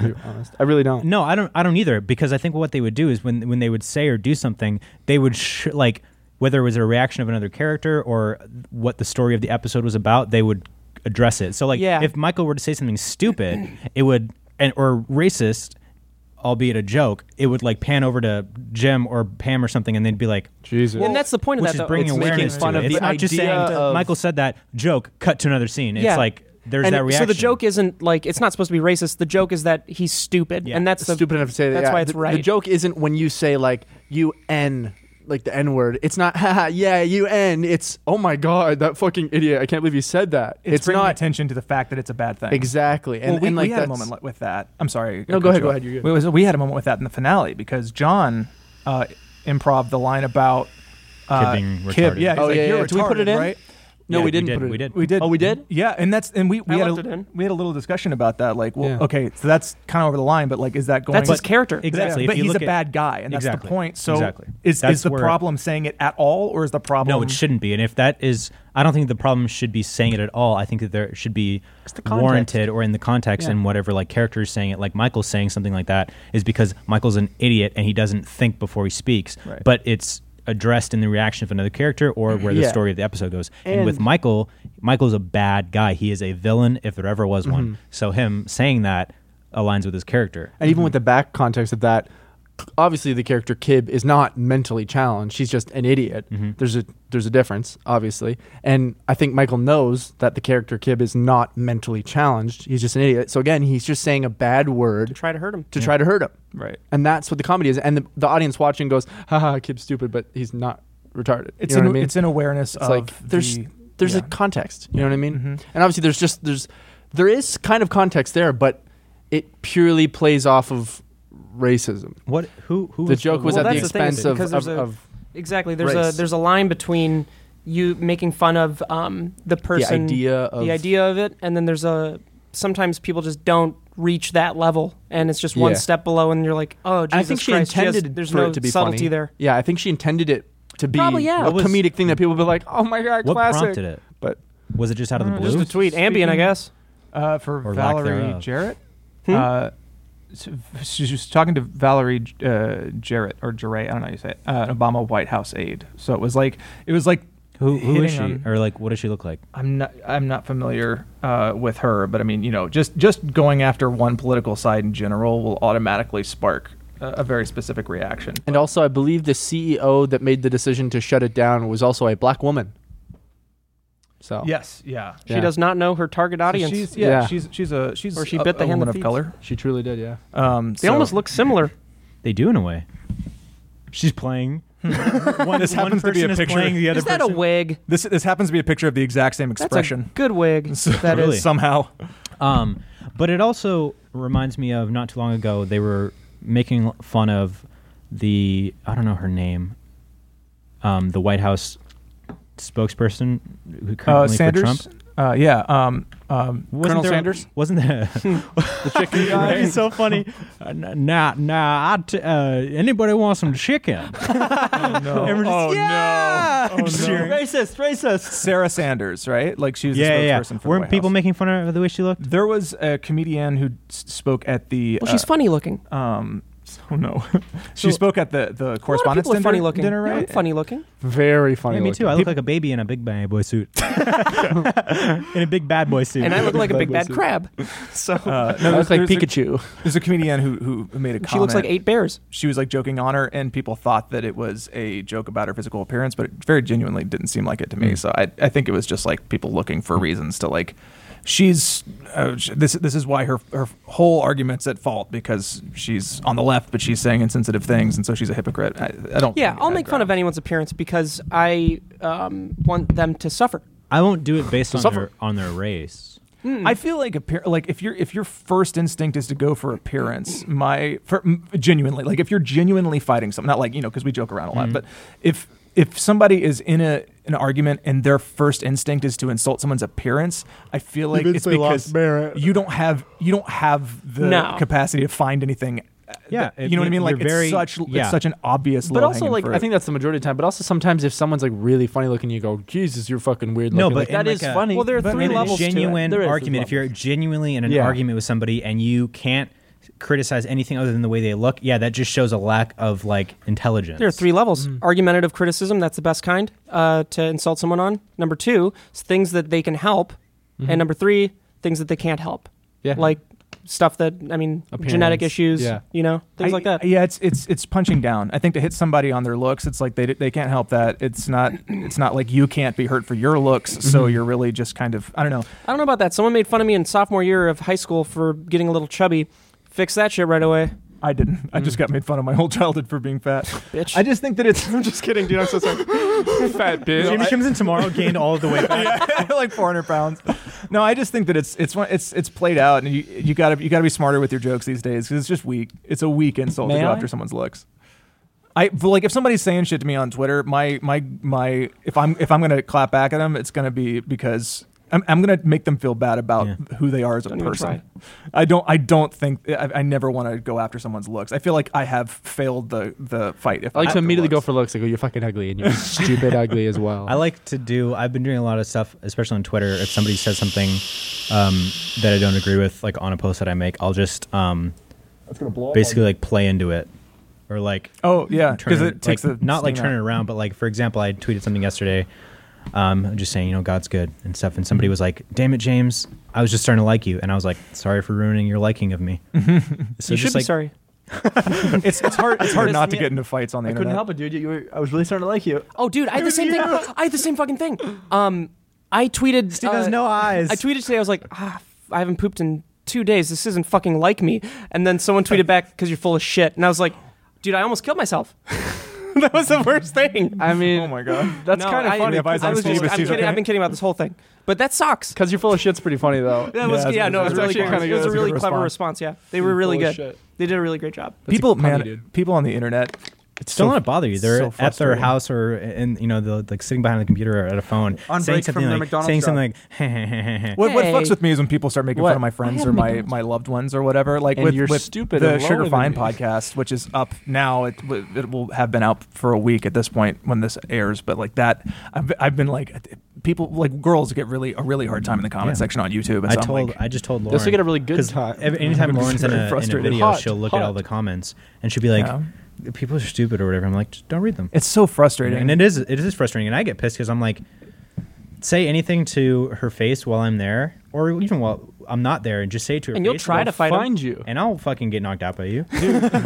Speaker 2: to be honest. I really don't.
Speaker 4: No, I don't. I don't either. Because I think what they would do is when when they would say or do something, they would sh- like whether it was a reaction of another character or what the story of the episode was about, they would address it. So like,
Speaker 3: Yeah.
Speaker 4: if Michael were to say something stupid, it would and or racist, albeit a joke, it would like pan over to Jim or Pam or something, and they'd be like.
Speaker 2: Jesus.
Speaker 3: and that's the point of
Speaker 4: Which
Speaker 3: that
Speaker 4: is
Speaker 3: though.
Speaker 4: bringing
Speaker 2: It's making
Speaker 4: awareness
Speaker 2: fun
Speaker 4: to
Speaker 2: of
Speaker 4: it.
Speaker 2: the
Speaker 4: It's not just saying
Speaker 2: idea of-
Speaker 4: Michael said that joke. Cut to another scene.
Speaker 3: Yeah.
Speaker 4: It's like there's
Speaker 3: And
Speaker 4: that reaction.
Speaker 3: so the joke isn't like it's not supposed to be racist. The joke is that he's stupid,
Speaker 4: Yeah.
Speaker 3: and that's the
Speaker 2: stupid enough to say that.
Speaker 3: That's
Speaker 2: yeah.
Speaker 3: why it's
Speaker 2: the,
Speaker 3: right.
Speaker 2: The joke isn't when you say like you n like the n word. It's not haha yeah you n. It's oh my god that fucking idiot. I can't believe you said that.
Speaker 5: It's,
Speaker 2: It's,
Speaker 5: bringing
Speaker 2: not
Speaker 5: attention to the fact that it's a bad thing.
Speaker 2: exactly. And,
Speaker 5: well, we,
Speaker 2: and like
Speaker 5: we had a
Speaker 2: that's-
Speaker 5: moment li- with that. I'm sorry.
Speaker 2: No,
Speaker 5: I
Speaker 2: go
Speaker 5: cut
Speaker 2: ahead,
Speaker 5: you
Speaker 2: go
Speaker 5: off.
Speaker 2: ahead, you're good.
Speaker 5: We, was- we had a moment with that in the finale because John uh, improv the line about uh,
Speaker 4: being retarded.
Speaker 5: yeah, he's
Speaker 2: Oh,
Speaker 5: like,
Speaker 2: yeah,
Speaker 5: "You're
Speaker 2: yeah. Did we put
Speaker 5: retarded,
Speaker 2: it in?
Speaker 5: Right?
Speaker 2: No,
Speaker 4: Yeah,
Speaker 2: we didn't.
Speaker 4: We did.
Speaker 2: put it
Speaker 4: we
Speaker 2: in.
Speaker 4: did.
Speaker 5: We did.
Speaker 2: Oh, we did?
Speaker 5: Yeah, and that's and we we
Speaker 3: I
Speaker 5: had a,
Speaker 3: left it in.
Speaker 5: we had a little discussion about that. Like, well,
Speaker 2: Yeah.
Speaker 5: okay, so that's kind of over the line, but like, is that going?
Speaker 3: that's his character.
Speaker 5: Yeah,
Speaker 4: Exactly. If
Speaker 5: but
Speaker 4: you
Speaker 5: he's a
Speaker 4: look at-
Speaker 5: bad guy, and that's
Speaker 4: Exactly.
Speaker 5: the point. So,
Speaker 4: Exactly.
Speaker 5: is is
Speaker 4: That's
Speaker 5: the
Speaker 4: where-
Speaker 5: problem saying it at all, or is the problem?
Speaker 4: No, it shouldn't be. And if that is, I don't think the problem should be saying it at all. I think that there should be warranted or in the context and whatever like character is saying it. Like Michael's saying something like that is because Michael's an idiot and he doesn't think before he speaks.
Speaker 5: Right.
Speaker 4: But it's addressed in the reaction of another character or where the
Speaker 2: Yeah.
Speaker 4: story of the episode goes. And, with
Speaker 2: And-
Speaker 4: Michael, Michael's a bad guy. He is a villain if there ever was
Speaker 2: Mm-hmm.
Speaker 4: one. So him saying that aligns with his character.
Speaker 2: And even with the back context of that, obviously the character Kib is not mentally challenged. She's just an idiot. There's a there's a difference, obviously. And I think Michael knows that the character Kib is not mentally challenged. He's just an idiot. So again, he's just saying a bad word
Speaker 3: Try to hurt him.
Speaker 2: to try to hurt him.
Speaker 5: Right.
Speaker 2: And that's what the comedy is. And the, the audience watching goes, haha, Kib's stupid, but he's not retarded.
Speaker 5: It's
Speaker 2: you know
Speaker 5: an
Speaker 2: what I mean?
Speaker 5: it's an awareness
Speaker 2: It's
Speaker 5: of
Speaker 2: like there's
Speaker 5: the- Mm-hmm.
Speaker 2: there's a
Speaker 5: yeah.
Speaker 2: context. You know what I mean? Mm-hmm. And obviously there's just there's there is kind of context there, but it purely plays off of racism.
Speaker 4: What? Who? Who?
Speaker 2: The joke was
Speaker 3: Well,
Speaker 2: at the
Speaker 3: that's the thing,
Speaker 2: expense of,
Speaker 3: because
Speaker 2: of,
Speaker 3: there's a-
Speaker 2: of
Speaker 3: Exactly. There's
Speaker 2: Race.
Speaker 3: a there's a line between you making fun of um, the
Speaker 2: the
Speaker 3: person,
Speaker 2: idea of
Speaker 3: the idea of it, and then there's a sometimes people just don't reach that level, and it's just one
Speaker 2: Yeah.
Speaker 3: step below, and you're like, oh, Jesus
Speaker 2: I think she
Speaker 3: Christ,
Speaker 2: intended
Speaker 3: just, there's
Speaker 2: for
Speaker 3: no
Speaker 2: it to be
Speaker 3: subtlety
Speaker 2: funny.
Speaker 3: there.
Speaker 2: Yeah, I think she intended it to be
Speaker 3: Probably, yeah.
Speaker 2: a
Speaker 4: What was-
Speaker 2: comedic thing that people would be like, "Oh my god,
Speaker 4: What
Speaker 2: classic."
Speaker 4: prompted it?
Speaker 2: But Mm.
Speaker 4: Was it just out of the blue?
Speaker 3: Just a tweet, Ambien, I guess.
Speaker 5: uh, for
Speaker 4: Or lack
Speaker 5: Valerie
Speaker 4: thereof.
Speaker 5: Jarrett.
Speaker 3: Hmm?
Speaker 5: Uh, s- she was talking to Valerie uh, Jarrett or Jarrett, I don't know how you say it, uh, an Obama White House aide. So it was like it was like
Speaker 4: Who, who is she?
Speaker 5: hitting on-
Speaker 4: Or like, what does she look like?
Speaker 5: I'm not I'm not familiar uh, with her, but I mean you know just just going after one political side in general will automatically spark a, a very specific reaction.
Speaker 2: and also I believe the CEO that made the decision to shut it down was also a black woman. So,
Speaker 5: Oh. Yes, yeah.
Speaker 3: She
Speaker 2: Yeah.
Speaker 3: does not know her target
Speaker 5: So
Speaker 3: audience.
Speaker 5: she's, yeah,
Speaker 2: Yeah.
Speaker 5: she's she's a she's
Speaker 3: Or she
Speaker 5: a,
Speaker 3: bit the
Speaker 5: a
Speaker 3: hand
Speaker 5: woman
Speaker 3: that
Speaker 5: of
Speaker 3: feeds.
Speaker 5: color.
Speaker 2: she truly did, yeah.
Speaker 5: Um,
Speaker 3: they almost look similar.
Speaker 4: They do in a way. She's playing. one
Speaker 5: This
Speaker 4: one
Speaker 5: happens to
Speaker 4: person
Speaker 5: be a
Speaker 4: is
Speaker 5: picture.
Speaker 4: playing the other
Speaker 3: Is that a
Speaker 4: person.
Speaker 3: wig?
Speaker 5: this this happens to be a picture of the exact same
Speaker 3: That's
Speaker 5: expression.
Speaker 3: a good wig.
Speaker 5: that
Speaker 4: Really?
Speaker 5: somehow.
Speaker 4: um, but it also reminds me of not too long ago they were making fun of the I don't know her name, um, the White House spokesperson who
Speaker 5: Uh,
Speaker 4: currently for
Speaker 5: Sanders.
Speaker 4: Trump.
Speaker 5: Uh, yeah. Um, um,
Speaker 4: Wasn't
Speaker 2: Colonel
Speaker 4: there a-
Speaker 2: Sanders?
Speaker 4: wasn't there? the chicken guy. That'd be so funny. Uh, n- nah, nah. I t- uh, anybody want some chicken?
Speaker 5: no.
Speaker 4: Everyone's just,
Speaker 5: oh
Speaker 4: "Yeah!"
Speaker 5: no. Oh, no.
Speaker 2: Racist, racist.
Speaker 5: Sarah Sanders, right? Like she was the
Speaker 4: yeah,
Speaker 5: spokesperson
Speaker 4: yeah.
Speaker 5: for the
Speaker 4: Weren't
Speaker 5: White
Speaker 4: people
Speaker 5: House.
Speaker 4: making fun of the way she looked?
Speaker 5: There was a comedian who s- spoke at the.
Speaker 3: Well, she's
Speaker 5: uh,
Speaker 3: funny looking.
Speaker 5: um. Oh no. she
Speaker 4: So-
Speaker 5: spoke at the
Speaker 3: A
Speaker 5: the
Speaker 3: lot of
Speaker 5: correspondence
Speaker 3: people are
Speaker 5: dinner,
Speaker 3: funny looking.
Speaker 5: dinner,
Speaker 3: Yeah, I'm
Speaker 5: right?
Speaker 3: funny looking.
Speaker 2: Very funny.
Speaker 4: Yeah, me
Speaker 2: looking.
Speaker 4: too. I look like a baby in a big bad boy suit. in a big bad boy suit.
Speaker 3: And I look like a
Speaker 2: Bad
Speaker 3: big
Speaker 2: boy
Speaker 3: bad
Speaker 2: suit.
Speaker 3: crab.
Speaker 5: So uh,
Speaker 2: I
Speaker 5: no,
Speaker 2: look like
Speaker 5: there's a-
Speaker 2: Pikachu.
Speaker 5: There's a comedian who who made a comment.
Speaker 3: She looks like eight bears.
Speaker 5: She was like joking on her, and people thought that it was a joke about her physical appearance, but it very genuinely didn't seem like it to me.
Speaker 2: Hmm.
Speaker 5: So I I think it was just like people looking for reasons to like. She's uh, sh- this. This is why her her whole argument's at fault because she's on the left, but she's saying insensitive things, and so she's a hypocrite. I, I don't.
Speaker 3: Yeah,
Speaker 5: think
Speaker 3: I'll
Speaker 5: that
Speaker 3: make fun of
Speaker 5: grounds.
Speaker 3: anyone's appearance because I um, want them to suffer.
Speaker 4: I won't do it based on
Speaker 2: suffer.
Speaker 4: their on their race.
Speaker 2: Hmm.
Speaker 5: I feel like appear like if your if your first instinct is to go for appearance, my for, m- genuinely like if you're genuinely fighting someone, not like you know because we joke around a
Speaker 2: Hmm.
Speaker 5: lot, but if if somebody is in a an argument and their first instinct is to insult someone's appearance, I feel like it's
Speaker 1: Eventually lost
Speaker 5: because
Speaker 1: merit.
Speaker 5: you don't have you don't have the
Speaker 3: No.
Speaker 5: capacity to find anything. uh,
Speaker 4: Yeah,
Speaker 5: that-
Speaker 4: it-
Speaker 5: you know what I mean.
Speaker 4: you're
Speaker 5: Like
Speaker 4: very-
Speaker 5: it's such
Speaker 4: yeah.
Speaker 5: it's such an obvious.
Speaker 2: But also,
Speaker 5: low-hanging
Speaker 2: like,
Speaker 5: fruit.
Speaker 2: I think that's the majority of the time. But also, sometimes if someone's like really funny looking, you go, Jesus, you're fucking weird
Speaker 4: No,
Speaker 2: looking.
Speaker 4: but
Speaker 2: like,
Speaker 4: in
Speaker 2: that
Speaker 4: like
Speaker 2: is
Speaker 4: a-
Speaker 2: funny.
Speaker 4: Well,
Speaker 2: there are
Speaker 4: in a genuine argument, if you're genuinely in an
Speaker 2: Yeah.
Speaker 4: argument with somebody and you can't criticize anything other than the way they look, yeah, that just shows a lack of like intelligence.
Speaker 3: There are three levels
Speaker 5: Mm.
Speaker 3: argumentative criticism, that's the best kind uh, to insult someone on. Number two, is things that they can help.
Speaker 5: Mm-hmm.
Speaker 3: And number three, things that they can't help.
Speaker 2: Yeah.
Speaker 3: Like stuff that, I mean, genetic
Speaker 2: Appearance.
Speaker 3: issues,
Speaker 2: Yeah.
Speaker 3: you know, things
Speaker 5: I-
Speaker 3: like that.
Speaker 5: Yeah, it's it's it's punching down. I think to hit somebody on their looks, it's like they they can't help that. It's not it's not like you can't be hurt for your looks, so you're really just kind of I don't know.
Speaker 3: I don't know about that. Someone made fun of me in sophomore year of high school for getting a little chubby. Fix that shit right away,
Speaker 5: I didn't. I just got made fun of my whole childhood for being fat.
Speaker 3: bitch.
Speaker 5: I just think that it's
Speaker 1: I'm just kidding, dude. I'm so sorry. Fat bitch.
Speaker 4: Jimmy comes in tomorrow, gained all of the weight. back.
Speaker 5: like 400 pounds. No, I just think that it's it's one- it's it's played out, and you you gotta you gotta be smarter with your jokes these days because it's just weak. It's a weak insult
Speaker 2: May
Speaker 5: to go
Speaker 2: I?
Speaker 5: after someone's looks. I but, like if somebody's saying shit to me on Twitter, my my my if I'm if I'm gonna clap back at them, it's gonna be because. I'm, I'm gonna make them feel bad about
Speaker 4: Yeah.
Speaker 5: who they are as a
Speaker 3: Don't even
Speaker 5: person. I don't. I don't think. I, I never want to go after someone's looks. I feel like I have failed the the fight. If
Speaker 2: I like to
Speaker 5: after
Speaker 2: immediately go
Speaker 5: looks.
Speaker 2: for looks. I go, you're fucking ugly, and you're stupid ugly as well.
Speaker 4: I like to do. I've been doing a lot of stuff, especially on Twitter. If somebody says something um, that I don't agree with, like on a post that I make, I'll just um, basically like play into it, or like
Speaker 5: Oh yeah,
Speaker 4: turn
Speaker 5: because
Speaker 4: it-
Speaker 5: it takes
Speaker 4: like,
Speaker 5: the
Speaker 4: not like
Speaker 5: sting
Speaker 4: turn
Speaker 5: out.
Speaker 4: it around, but like for example, I tweeted something yesterday, um, just saying you know God's good and stuff, and somebody was like, "Damn it, James, I was just starting to like you," and I was like, "Sorry for ruining your liking of me." so
Speaker 3: you
Speaker 4: just
Speaker 3: should
Speaker 4: like
Speaker 3: be sorry.
Speaker 5: it's, it's hard. It's hard
Speaker 2: Yes,
Speaker 5: not to
Speaker 2: yeah.
Speaker 5: get into fights on the
Speaker 2: I couldn't
Speaker 5: internet.
Speaker 2: help it, dude. You were, I was really starting to like you.
Speaker 3: Oh, dude, I had the same thing. I had the same fucking thing. Um, I tweeted. uh,
Speaker 4: Steve has no eyes.
Speaker 3: I tweeted today. I was like, ah, f- I haven't pooped in two days. This isn't fucking like me. And then someone tweeted back because you're full of shit. And I was like, dude, I almost killed myself. that was the worst thing.
Speaker 2: I mean,
Speaker 5: Oh my god.
Speaker 2: that's
Speaker 3: No,
Speaker 2: kind of
Speaker 3: I-
Speaker 2: funny.
Speaker 5: have eyes
Speaker 3: I
Speaker 5: on
Speaker 3: was
Speaker 5: Steve,
Speaker 3: just,
Speaker 5: is
Speaker 3: I'm
Speaker 5: Steve
Speaker 3: kidding.
Speaker 5: okay?
Speaker 3: I've been kidding about this whole thing, but that sucks.
Speaker 2: Because you're full of shit's pretty funny though.
Speaker 3: That was,
Speaker 5: Yeah,
Speaker 3: yeah,
Speaker 5: that's-
Speaker 3: no, it
Speaker 5: that's
Speaker 3: was
Speaker 5: really
Speaker 3: actually
Speaker 5: smart.
Speaker 3: kind of, it was
Speaker 5: That's
Speaker 3: a
Speaker 5: a
Speaker 3: really
Speaker 5: good
Speaker 3: clever response.
Speaker 5: response.
Speaker 3: Yeah, they were really
Speaker 2: full
Speaker 3: good.
Speaker 2: of shit.
Speaker 3: They did a really great job.
Speaker 5: people,
Speaker 2: punny,
Speaker 5: man,
Speaker 2: dude.
Speaker 5: people on the internet.
Speaker 4: It's don't
Speaker 5: so-
Speaker 4: let it bother you.
Speaker 5: it's
Speaker 4: They're
Speaker 5: so
Speaker 4: at their
Speaker 5: frustrating.
Speaker 4: house or in you know the, like sitting behind the computer or at a phone
Speaker 2: On
Speaker 4: saying
Speaker 2: break from
Speaker 4: something
Speaker 2: their
Speaker 4: like
Speaker 2: McDonald's
Speaker 4: saying
Speaker 2: job.
Speaker 4: something like
Speaker 5: What, what
Speaker 3: Hey.
Speaker 5: fucks with me is when people start making
Speaker 2: What?
Speaker 5: fun of my friends or my, my loved ones or whatever. Like
Speaker 2: And
Speaker 5: with,
Speaker 2: you're
Speaker 5: with
Speaker 2: stupid
Speaker 5: the
Speaker 2: and lower
Speaker 5: Sugar
Speaker 2: than
Speaker 5: Fine
Speaker 2: me.
Speaker 5: podcast, which is up now. It w- it will have been out for a week at this point when this airs. But like that, I've, I've been like people like girls get really a really hard time in the comment
Speaker 4: Yeah.
Speaker 5: section on YouTube. And
Speaker 4: I
Speaker 5: so I'm
Speaker 4: told
Speaker 5: like,
Speaker 4: I just told Lauren
Speaker 2: also get a really good
Speaker 4: 'cause
Speaker 2: time.
Speaker 4: ev- Anytime Lauren's in
Speaker 5: very
Speaker 4: a, in a
Speaker 5: frustrated.
Speaker 4: video,
Speaker 2: Hot,
Speaker 4: she'll look at all
Speaker 2: hot.
Speaker 4: the comments and she'll be like,
Speaker 5: Yeah.
Speaker 4: "People are stupid" or whatever. I'm like, just don't read them.
Speaker 5: it's so frustrating.
Speaker 4: and it is it is frustrating, and I get pissed because I'm like, say anything to her face while I'm there, or even while I'm not there, and just say it to her.
Speaker 3: And you'll
Speaker 4: face,
Speaker 3: try
Speaker 4: like,
Speaker 3: to fight 'em.
Speaker 2: find you.
Speaker 4: and I'll fucking get knocked out by you.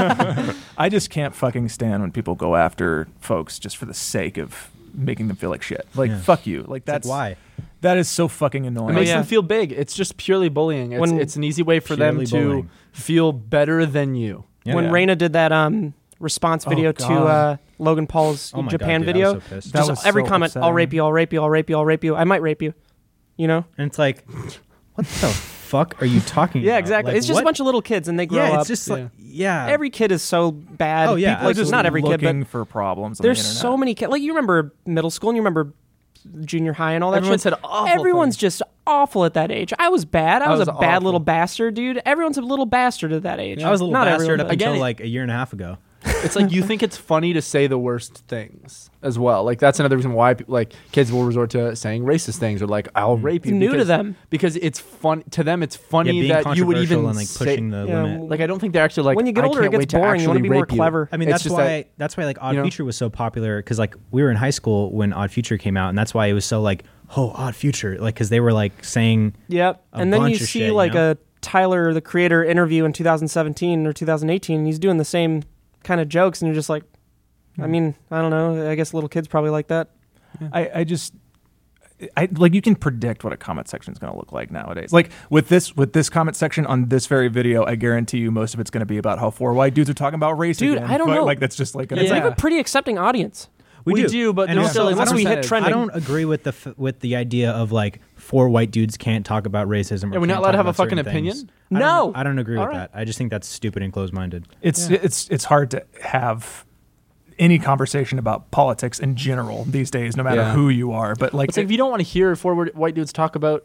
Speaker 5: I just can't fucking stand when people go after folks just for the sake of making them feel like shit. Like
Speaker 4: Yeah.
Speaker 5: fuck you. Like
Speaker 4: That's
Speaker 5: that's
Speaker 4: why.
Speaker 5: That is so fucking
Speaker 2: It
Speaker 5: annoying.
Speaker 2: makes
Speaker 3: Oh, yeah.
Speaker 2: them feel big. It's just purely bullying. It's,
Speaker 3: When-
Speaker 2: it's an easy way for them
Speaker 4: Purely
Speaker 2: to
Speaker 4: bullying.
Speaker 2: feel better than you.
Speaker 4: Yeah.
Speaker 3: when
Speaker 5: Yeah.
Speaker 3: Reina did that um, response
Speaker 5: Oh,
Speaker 3: video to
Speaker 5: God.
Speaker 3: uh, Logan Paul's
Speaker 4: Oh my
Speaker 3: Japan
Speaker 4: God, dude, I
Speaker 3: video,
Speaker 4: was so pissed.
Speaker 5: That
Speaker 3: just
Speaker 5: was
Speaker 3: every
Speaker 5: so
Speaker 3: comment, I'll
Speaker 5: upsetting.
Speaker 3: rape you, I'll rape you, I'll rape you, I'll rape you. I might rape you. You know?
Speaker 4: And it's like, what the fuck are you talking about?
Speaker 3: Yeah, exactly.
Speaker 4: Like,
Speaker 3: it's just
Speaker 4: what?
Speaker 3: a bunch of little kids and they grow
Speaker 4: Yeah,
Speaker 3: up.
Speaker 4: it's just like yeah.
Speaker 3: every kid is so bad.
Speaker 4: Oh, yeah,
Speaker 3: People- like,
Speaker 4: absolutely.
Speaker 3: not every kid,
Speaker 5: looking
Speaker 3: but
Speaker 5: for problems. on the
Speaker 3: there's
Speaker 5: internet.
Speaker 3: so many kids. Like you remember middle school and you remember junior high and all that.
Speaker 2: Everyone
Speaker 3: shit.
Speaker 2: said awful
Speaker 3: Everyone's
Speaker 2: things.
Speaker 3: just awful at that age. I was bad. I,
Speaker 2: I
Speaker 3: was,
Speaker 2: was
Speaker 3: a bad
Speaker 2: awful.
Speaker 3: little bastard, dude. Everyone's a little bastard at that age.
Speaker 4: I was a little
Speaker 3: not
Speaker 4: bastard
Speaker 3: everyone,
Speaker 4: up
Speaker 3: but-
Speaker 4: until
Speaker 2: Again, it-
Speaker 4: like a year and a half ago.
Speaker 2: It's like you think it's funny to say the worst things as well. Like that's another reason why people, like kids will resort to saying racist things or like
Speaker 4: Mm.
Speaker 2: I'll rape you.
Speaker 3: It's new to
Speaker 2: because-
Speaker 3: them.
Speaker 2: because it's fun to them. It's
Speaker 4: Yeah,
Speaker 2: funny
Speaker 4: being
Speaker 2: that you would even
Speaker 4: controversial and like
Speaker 2: say-
Speaker 4: pushing the
Speaker 3: Yeah,
Speaker 4: limit.
Speaker 2: Like I don't think they're actually like
Speaker 3: When you get
Speaker 2: "I
Speaker 3: older, it
Speaker 2: can't wait
Speaker 3: gets
Speaker 2: to
Speaker 3: boring. You wanna
Speaker 2: actually
Speaker 3: be more
Speaker 2: rape you."
Speaker 3: clever.
Speaker 4: I mean,
Speaker 2: It's
Speaker 4: that's
Speaker 2: just
Speaker 4: why
Speaker 2: that-
Speaker 4: that's why like Odd
Speaker 2: you know?
Speaker 4: Future was so popular because like we were in high school when Odd Future came out, and that's why it was so like, oh, Odd Future, like because they were like saying,
Speaker 3: Yep.
Speaker 4: a
Speaker 3: and then you
Speaker 4: bunch of
Speaker 3: see
Speaker 4: shit, you
Speaker 3: like
Speaker 4: know?
Speaker 3: a Tyler the creator interview in 2017 or 2018 and he's doing the same kind of jokes and you're just like
Speaker 4: Hmm.
Speaker 3: I mean, I don't know. I guess little kids probably like that.
Speaker 5: I, I just I like you can predict what a comment section is going to look like nowadays. Like with this with this comment section on this very video, I guarantee you most of it's going to be about how four white dudes are talking about race.
Speaker 3: Dude,
Speaker 5: again.
Speaker 3: I don't
Speaker 5: But,
Speaker 3: know.
Speaker 5: Like that's just like
Speaker 3: It's
Speaker 5: yeah.
Speaker 3: like a pretty accepting audience.
Speaker 4: We,
Speaker 2: We do, but
Speaker 4: and
Speaker 2: there's
Speaker 4: also,
Speaker 2: still-
Speaker 4: I
Speaker 2: once
Speaker 4: don't-
Speaker 2: we hit
Speaker 4: I
Speaker 2: trending-
Speaker 4: don't agree with the f- with the idea of like four white dudes can't talk about racism.
Speaker 2: Yeah,
Speaker 4: or
Speaker 2: we're not
Speaker 4: can't
Speaker 2: allowed to
Speaker 4: talk
Speaker 2: have a
Speaker 4: about certain
Speaker 2: fucking
Speaker 4: things.
Speaker 2: opinion? Oh,
Speaker 4: I don't-
Speaker 3: No.
Speaker 4: I don't agree
Speaker 2: All
Speaker 4: with
Speaker 2: right.
Speaker 4: that. I just think that's stupid and closed minded.
Speaker 5: It's it's it's hard to have any conversation about politics in general these days, no matter
Speaker 2: Yeah.
Speaker 5: who you are. But like,
Speaker 2: It's like if you don't want to hear forward white dudes talk about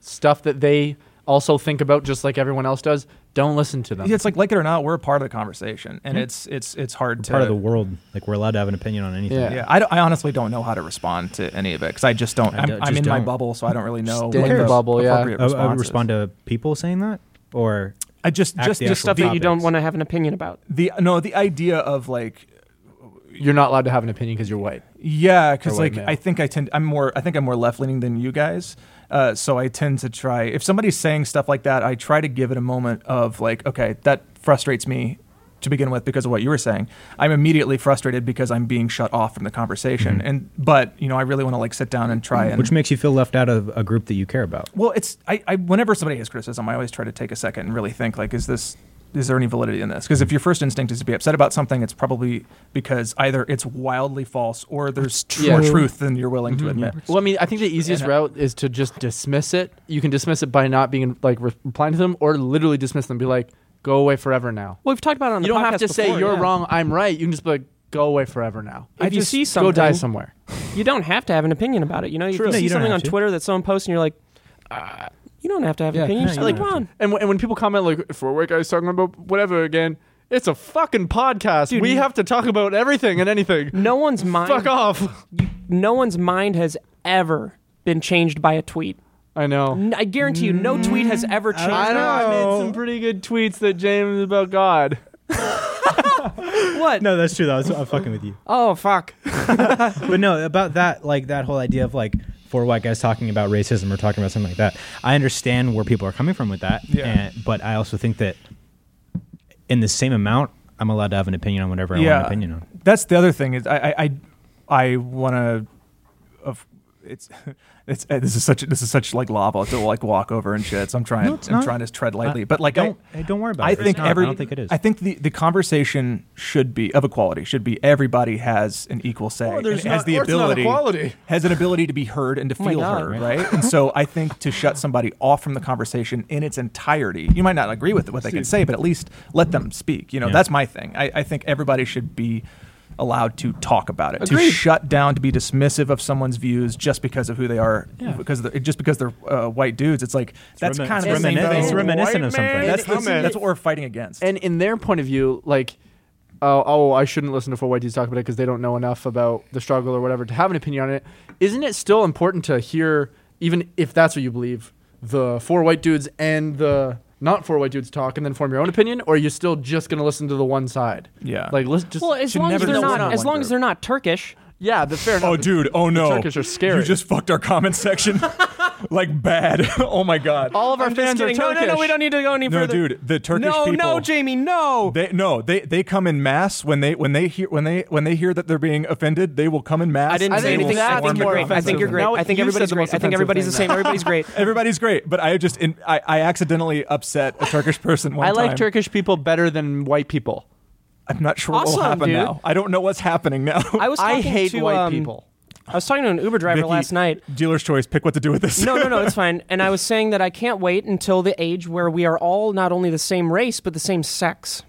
Speaker 2: stuff that they also think about, just like everyone else does, don't listen to them.
Speaker 5: it's like like it or not, we're a part of the conversation, and it's it's it's hard to
Speaker 4: Part of the world, like we're allowed to have an opinion on anything.
Speaker 2: Yeah.
Speaker 5: Yeah, I, don't- I honestly don't know how to respond to any of it because I just don't. I'm,
Speaker 4: don't-
Speaker 5: I'm
Speaker 4: just
Speaker 5: in my
Speaker 4: don't.
Speaker 5: bubble, so I don't really know.
Speaker 2: Stay in
Speaker 5: what
Speaker 2: your
Speaker 5: the
Speaker 2: bubble, yeah.
Speaker 5: appropriate
Speaker 4: I, I would
Speaker 5: response
Speaker 4: respond
Speaker 5: is.
Speaker 4: to people saying that, or
Speaker 5: I just
Speaker 4: act
Speaker 5: just
Speaker 4: the
Speaker 5: the,
Speaker 4: actual
Speaker 3: Stuff that you don't
Speaker 4: topics.
Speaker 3: want to have an opinion about.
Speaker 5: the no the idea of like
Speaker 2: You're not allowed to have an opinion because you're white.
Speaker 5: Yeah, because
Speaker 2: white
Speaker 5: like
Speaker 2: male.
Speaker 5: I think I tend I'm more I think I'm more left leaning than you guys. Uh, so I tend to try if somebody's saying stuff like that, I try to give it a moment of like, okay, that frustrates me to begin with because of what you were saying. I'm immediately frustrated because I'm being shut off from the conversation.
Speaker 2: Mm-hmm.
Speaker 5: And but you know, I really want to like sit down and try and
Speaker 4: which makes you feel left out of a group that you care about.
Speaker 5: well, it's I, I whenever somebody has criticism, I always try to take a second and really think like, is this is there any validity in this? Because if your first instinct is to be upset about something, it's probably because either it's wildly false or there's more
Speaker 2: true.
Speaker 5: truth than you're willing to admit.
Speaker 2: Well, I mean, I think the easiest
Speaker 5: And, uh,
Speaker 2: route is to just dismiss it. You can dismiss it by not being like re- replying to them, or literally dismiss them. Be like, go away forever now.
Speaker 3: Well, we've talked about it on
Speaker 2: You
Speaker 3: the
Speaker 2: don't have
Speaker 3: podcast
Speaker 2: to say
Speaker 3: before,
Speaker 2: you're
Speaker 3: yeah.
Speaker 2: wrong, I'm right. You can just be like, go away forever now.
Speaker 3: If you see
Speaker 2: go
Speaker 3: something,
Speaker 2: die somewhere.
Speaker 3: you don't have to have an opinion about it. You know, if
Speaker 4: True.
Speaker 3: you
Speaker 4: No,
Speaker 3: see
Speaker 4: you don't
Speaker 3: something
Speaker 4: have
Speaker 3: on
Speaker 4: to.
Speaker 3: Twitter that someone posts and you're like, uh, you don't have to have an
Speaker 2: Yeah.
Speaker 3: opinion.
Speaker 4: No,
Speaker 3: Just
Speaker 4: you
Speaker 3: like,
Speaker 4: don't have
Speaker 3: Ron,
Speaker 2: And, w- and when people comment like, "For white guys talking about whatever again," it's a fucking podcast.
Speaker 3: Dude,
Speaker 2: we
Speaker 3: you-
Speaker 2: have to talk about everything and anything.
Speaker 3: no one's mind,
Speaker 2: Fuck off.
Speaker 3: no one's mind has ever been changed by a tweet.
Speaker 2: I know.
Speaker 3: N- I guarantee you, no tweet has ever changed.
Speaker 2: Mm, I know. I made some pretty good tweets that James is about God.
Speaker 3: What?
Speaker 4: No, that's true. That was, I'm fucking with you.
Speaker 3: Oh fuck!
Speaker 4: but no, about that, like that whole idea of like four white guys talking about racism or talking about something like that. I understand where people are coming from with that,
Speaker 5: Yeah.
Speaker 4: and, but I also think that in the same amount, I'm allowed to have an opinion on whatever I want an opinion on.
Speaker 5: That's the other thing is I I I, I want to of it's it's uh, this is such this is such like lava to like walk over and shit. So I'm trying
Speaker 4: No, it's
Speaker 5: I'm
Speaker 4: not.
Speaker 5: trying to tread lightly,
Speaker 4: I-
Speaker 5: but like
Speaker 4: don't
Speaker 5: I,
Speaker 4: hey, don't worry about
Speaker 5: I
Speaker 4: it. It's
Speaker 5: think
Speaker 4: not-
Speaker 5: every
Speaker 4: I don't think it is.
Speaker 5: I think the the conversation should be of equality should be everybody has an equal say and
Speaker 1: there's
Speaker 5: has
Speaker 1: not-
Speaker 5: the
Speaker 1: or it's not
Speaker 5: ability
Speaker 1: equality.
Speaker 5: has an ability to be heard and to
Speaker 4: Oh
Speaker 3: my
Speaker 5: feel
Speaker 3: God.
Speaker 5: heard, right? and so I think to shut somebody off from the conversation in its entirety, you might not agree with what they can say, but at least let them speak. You know,
Speaker 4: Yeah.
Speaker 5: that's my thing. I, I think everybody should be allowed to talk about it,
Speaker 2: Agreed.
Speaker 5: to shut down, to be dismissive of someone's views just because of who they are, because of the, just because they're uh, white dudes. It's like that's
Speaker 4: remin-
Speaker 5: kind of
Speaker 4: it's
Speaker 5: the same
Speaker 4: reminiscent-
Speaker 5: thing.
Speaker 4: it's reminiscent of
Speaker 1: White man,
Speaker 4: something.
Speaker 1: That's
Speaker 5: That's, that's,
Speaker 1: the-
Speaker 5: that's what we're fighting against.
Speaker 2: and in their point of view, like, oh, oh I shouldn't listen to four white dudes talk about it because they don't know enough about the struggle or whatever to have an opinion on it. Isn't it still important to hear, even if that's what you believe, the four white dudes and the not four white dudes talk, and then form your own opinion, or are you still just going to listen to the one side?
Speaker 5: Yeah.
Speaker 2: like let's just
Speaker 3: Well, as
Speaker 5: Should
Speaker 3: long as
Speaker 5: never
Speaker 3: they're
Speaker 5: know
Speaker 3: not,
Speaker 5: someone
Speaker 3: as
Speaker 5: like
Speaker 3: long
Speaker 5: that.
Speaker 3: as they're not Turkish.
Speaker 2: yeah, the fair. Enough.
Speaker 5: Oh, dude! Oh no!
Speaker 2: Turkish are scary.
Speaker 5: You just fucked our comment section, like bad. oh my god!
Speaker 2: all of our
Speaker 3: I'm just
Speaker 2: fans
Speaker 3: kidding.
Speaker 2: are
Speaker 3: No,
Speaker 2: Turkish.
Speaker 3: no, no. We don't need to go any
Speaker 5: no,
Speaker 3: further.
Speaker 5: dude, the Turkish
Speaker 3: no,
Speaker 5: people.
Speaker 3: no, Jamie, no.
Speaker 5: They no, they they come in mass when they when they hear when they when they hear that they're being offended, they will come in mass.
Speaker 3: I didn't
Speaker 5: and
Speaker 3: say
Speaker 5: they will
Speaker 3: anything. I
Speaker 5: swarm
Speaker 3: think
Speaker 5: the
Speaker 3: you're great.
Speaker 5: conference
Speaker 3: I think you're
Speaker 5: room.
Speaker 3: great.
Speaker 2: Now
Speaker 3: I think
Speaker 2: you said
Speaker 3: everybody's
Speaker 2: the
Speaker 3: great.
Speaker 2: most
Speaker 3: I think everybody's the
Speaker 2: offensive
Speaker 3: same. Everybody's great.
Speaker 5: Everybody's great, but I just in, I I accidentally upset a Turkish person one
Speaker 2: I like
Speaker 5: time.
Speaker 2: Turkish people better than white people.
Speaker 5: I'm not sure what will
Speaker 3: Awesome,
Speaker 5: happen
Speaker 3: dude.
Speaker 5: now. I don't know what's happening now.
Speaker 3: I was.
Speaker 2: I
Speaker 3: talking
Speaker 2: hate
Speaker 3: to,
Speaker 2: white
Speaker 3: um,
Speaker 2: people.
Speaker 3: I was talking to an Uber driver
Speaker 5: Vicky,
Speaker 3: last night.
Speaker 5: Dealer's choice. Pick what to do with this.
Speaker 3: No, no, no. It's fine. And I was saying that I can't wait until the age where we are all not only the same race but the same sex.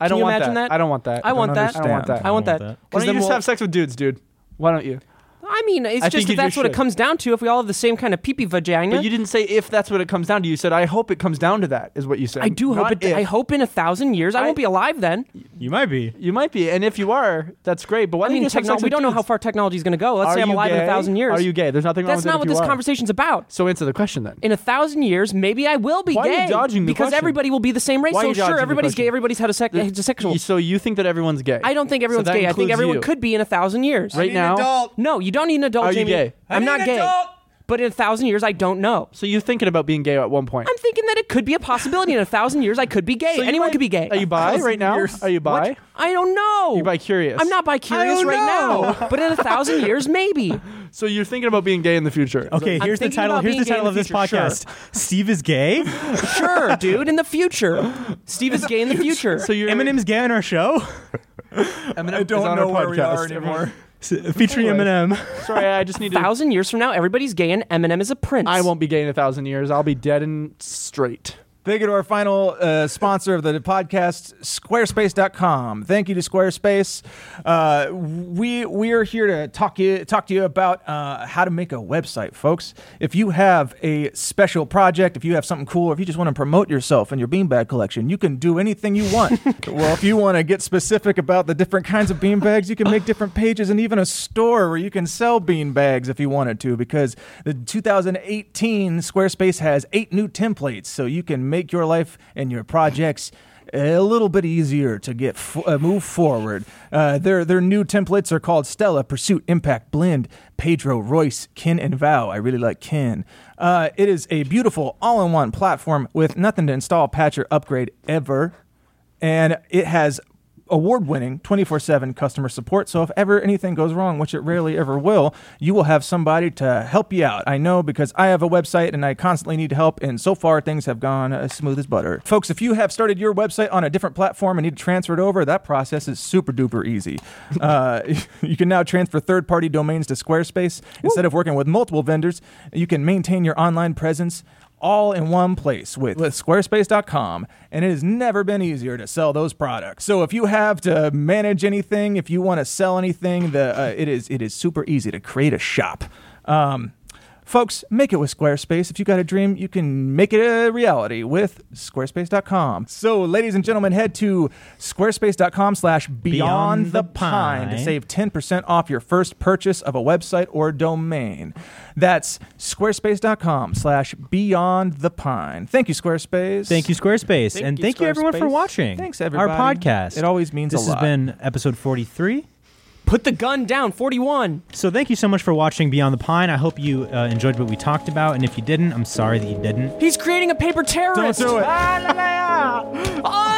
Speaker 2: I
Speaker 3: Can
Speaker 2: don't
Speaker 3: you
Speaker 2: want
Speaker 3: imagine that?
Speaker 2: I don't want that.
Speaker 3: I want that.
Speaker 2: I don't want that.
Speaker 3: I want
Speaker 4: I
Speaker 5: understand.
Speaker 4: don't want
Speaker 3: that.
Speaker 4: that.
Speaker 3: 'Cause
Speaker 2: Why don't
Speaker 3: then
Speaker 2: you just
Speaker 3: we'll-
Speaker 2: have sex with dudes, dude? Why don't you?
Speaker 3: I mean, it's
Speaker 2: I
Speaker 3: just
Speaker 2: think
Speaker 3: that
Speaker 2: you
Speaker 3: that's what it
Speaker 2: should.
Speaker 3: comes down to. If we all have the same kind of pee pee vagina,
Speaker 2: But you didn't say if that's what it comes down to. You said I hope it comes down to that. Is what you said.
Speaker 3: I do hope.
Speaker 2: Not
Speaker 3: It,
Speaker 2: if.
Speaker 3: I hope in a thousand years I,
Speaker 2: I-
Speaker 3: won't be alive then.
Speaker 4: you might be.
Speaker 2: you might be, and if you are, that's great. But why
Speaker 3: I
Speaker 2: don't you
Speaker 3: mean,
Speaker 2: just have
Speaker 3: techno-
Speaker 2: sex
Speaker 3: we
Speaker 2: with
Speaker 3: don't know how
Speaker 2: dudes?
Speaker 3: far technology is going to go. Let's
Speaker 2: Are
Speaker 3: say I'm
Speaker 2: you
Speaker 3: alive in a
Speaker 2: gay?
Speaker 3: thousand years.
Speaker 2: Are you gay? There's nothing wrong
Speaker 3: That's
Speaker 2: with
Speaker 3: not
Speaker 2: it
Speaker 3: what
Speaker 2: if you
Speaker 3: this
Speaker 2: are.
Speaker 3: conversation's about.
Speaker 2: So answer the question then.
Speaker 3: In a thousand years, maybe I will be
Speaker 2: Why are
Speaker 3: gay
Speaker 2: you dodging the
Speaker 3: because
Speaker 2: question?
Speaker 3: everybody will be the same race.
Speaker 2: Why are
Speaker 3: so
Speaker 2: you dodging
Speaker 3: sure,
Speaker 2: the
Speaker 3: everybody's gay. Everybody's
Speaker 2: question?
Speaker 3: heterosexual. heterosexual.
Speaker 2: so you think that everyone's gay?
Speaker 3: I don't think everyone's
Speaker 2: that
Speaker 3: gay. I think
Speaker 2: includes
Speaker 3: everyone
Speaker 2: you.
Speaker 3: could be in a thousand years.
Speaker 2: right now.
Speaker 3: No, you don't need an adult.
Speaker 2: Are you
Speaker 3: Jamie.
Speaker 2: gay? I
Speaker 3: I'm not gay. But in a thousand years, I don't know.
Speaker 2: So you're thinking about being gay at one point?
Speaker 3: I'm thinking that it could be a possibility. In a thousand years, I could be gay.
Speaker 2: So you
Speaker 3: Anyone
Speaker 2: might-
Speaker 3: could be gay.
Speaker 2: Are you bi right now? Are you bi?
Speaker 3: I don't know.
Speaker 2: You're bi curious.
Speaker 3: I'm not bi curious
Speaker 2: don't
Speaker 3: right now. But in a thousand years, maybe.
Speaker 2: So you're thinking about being gay in the future?
Speaker 4: Okay,
Speaker 3: I'm
Speaker 4: here's the
Speaker 3: thinking
Speaker 4: title.
Speaker 3: about
Speaker 4: Here's the
Speaker 3: being gay in
Speaker 4: title
Speaker 3: the
Speaker 4: of this
Speaker 3: future, sure.
Speaker 4: podcast. Steve is gay.
Speaker 3: Sure, dude. In the future, Steve is gay in the future.
Speaker 2: So you're
Speaker 4: Eminem's gay on our show.
Speaker 2: Eminem
Speaker 5: I
Speaker 2: is
Speaker 5: don't
Speaker 2: on
Speaker 5: know
Speaker 2: our
Speaker 5: where we
Speaker 2: podcast.
Speaker 5: are anymore.
Speaker 7: featuring Eminem.
Speaker 2: Sorry, I just need to.
Speaker 3: thousand years from now, everybody's gay and Eminem is a prince.
Speaker 2: I won't be gay in a thousand years. I'll be dead and straight.
Speaker 5: Thank you to our final uh, sponsor of the podcast, Squarespace.com. Thank you to Squarespace. Uh, we we are here to talk you talk to you about uh, how to make a website, folks. If you have a special project, if you have something cool, or if you just want to promote yourself and your beanbag collection, you can do anything you want. well, if you want to get specific about the different kinds of beanbags, you can make different pages and even a store where you can sell beanbags if you wanted to. Because the 2018 Squarespace has eight new templates, so you can make your life and your projects a little bit easier to get f- uh, move forward. Uh, their their new templates are called Stella, Pursuit, Impact, Blend, Pedro, Royce, Ken, and Vow. I really like Ken. Uh, it is a beautiful all-in-one platform with nothing to install, patch, or upgrade ever, and it has award-winning 24-7 customer support so if ever anything goes wrong which it rarely ever will you will have somebody to help you out i know because i have a website and i constantly need help and so far things have gone as smooth as butter folks if you have started your website on a different platform and need to transfer it over that process is super duper easy uh, you can now transfer third-party domains to squarespace instead of working with multiple vendors you can maintain your online presence all in one place with, with squarespace.com and it has never been easier to sell those products so if you have to manage anything if you want to sell anything the uh, it is it is super easy to create a shop um, folks make it with squarespace if you got a dream you can make it a reality with squarespace.com so ladies and gentlemen head to squarespace.com slash beyond the pine to
Speaker 4: Pine.
Speaker 5: save save 10% off your first purchase of a website or domain. That's squarespace.com slash beyond the pine. Thank you, Squarespace.
Speaker 4: Thank you, Squarespace,
Speaker 5: Thank
Speaker 4: and
Speaker 5: you,
Speaker 4: thank you everyone for
Speaker 5: Squarespace.
Speaker 4: watching.
Speaker 5: Thanks, everybody.
Speaker 4: Our podcast.
Speaker 5: It always means
Speaker 4: this has
Speaker 5: a lot.
Speaker 4: been episode forty-three.
Speaker 3: Put the gun down. Forty-one.
Speaker 4: So thank you so much for watching Beyond the Pine. I hope you uh, enjoyed what we talked about, and if you didn't, I'm sorry that you didn't.
Speaker 3: He's creating a paper terrorist.
Speaker 5: Don't do it.
Speaker 3: Ah,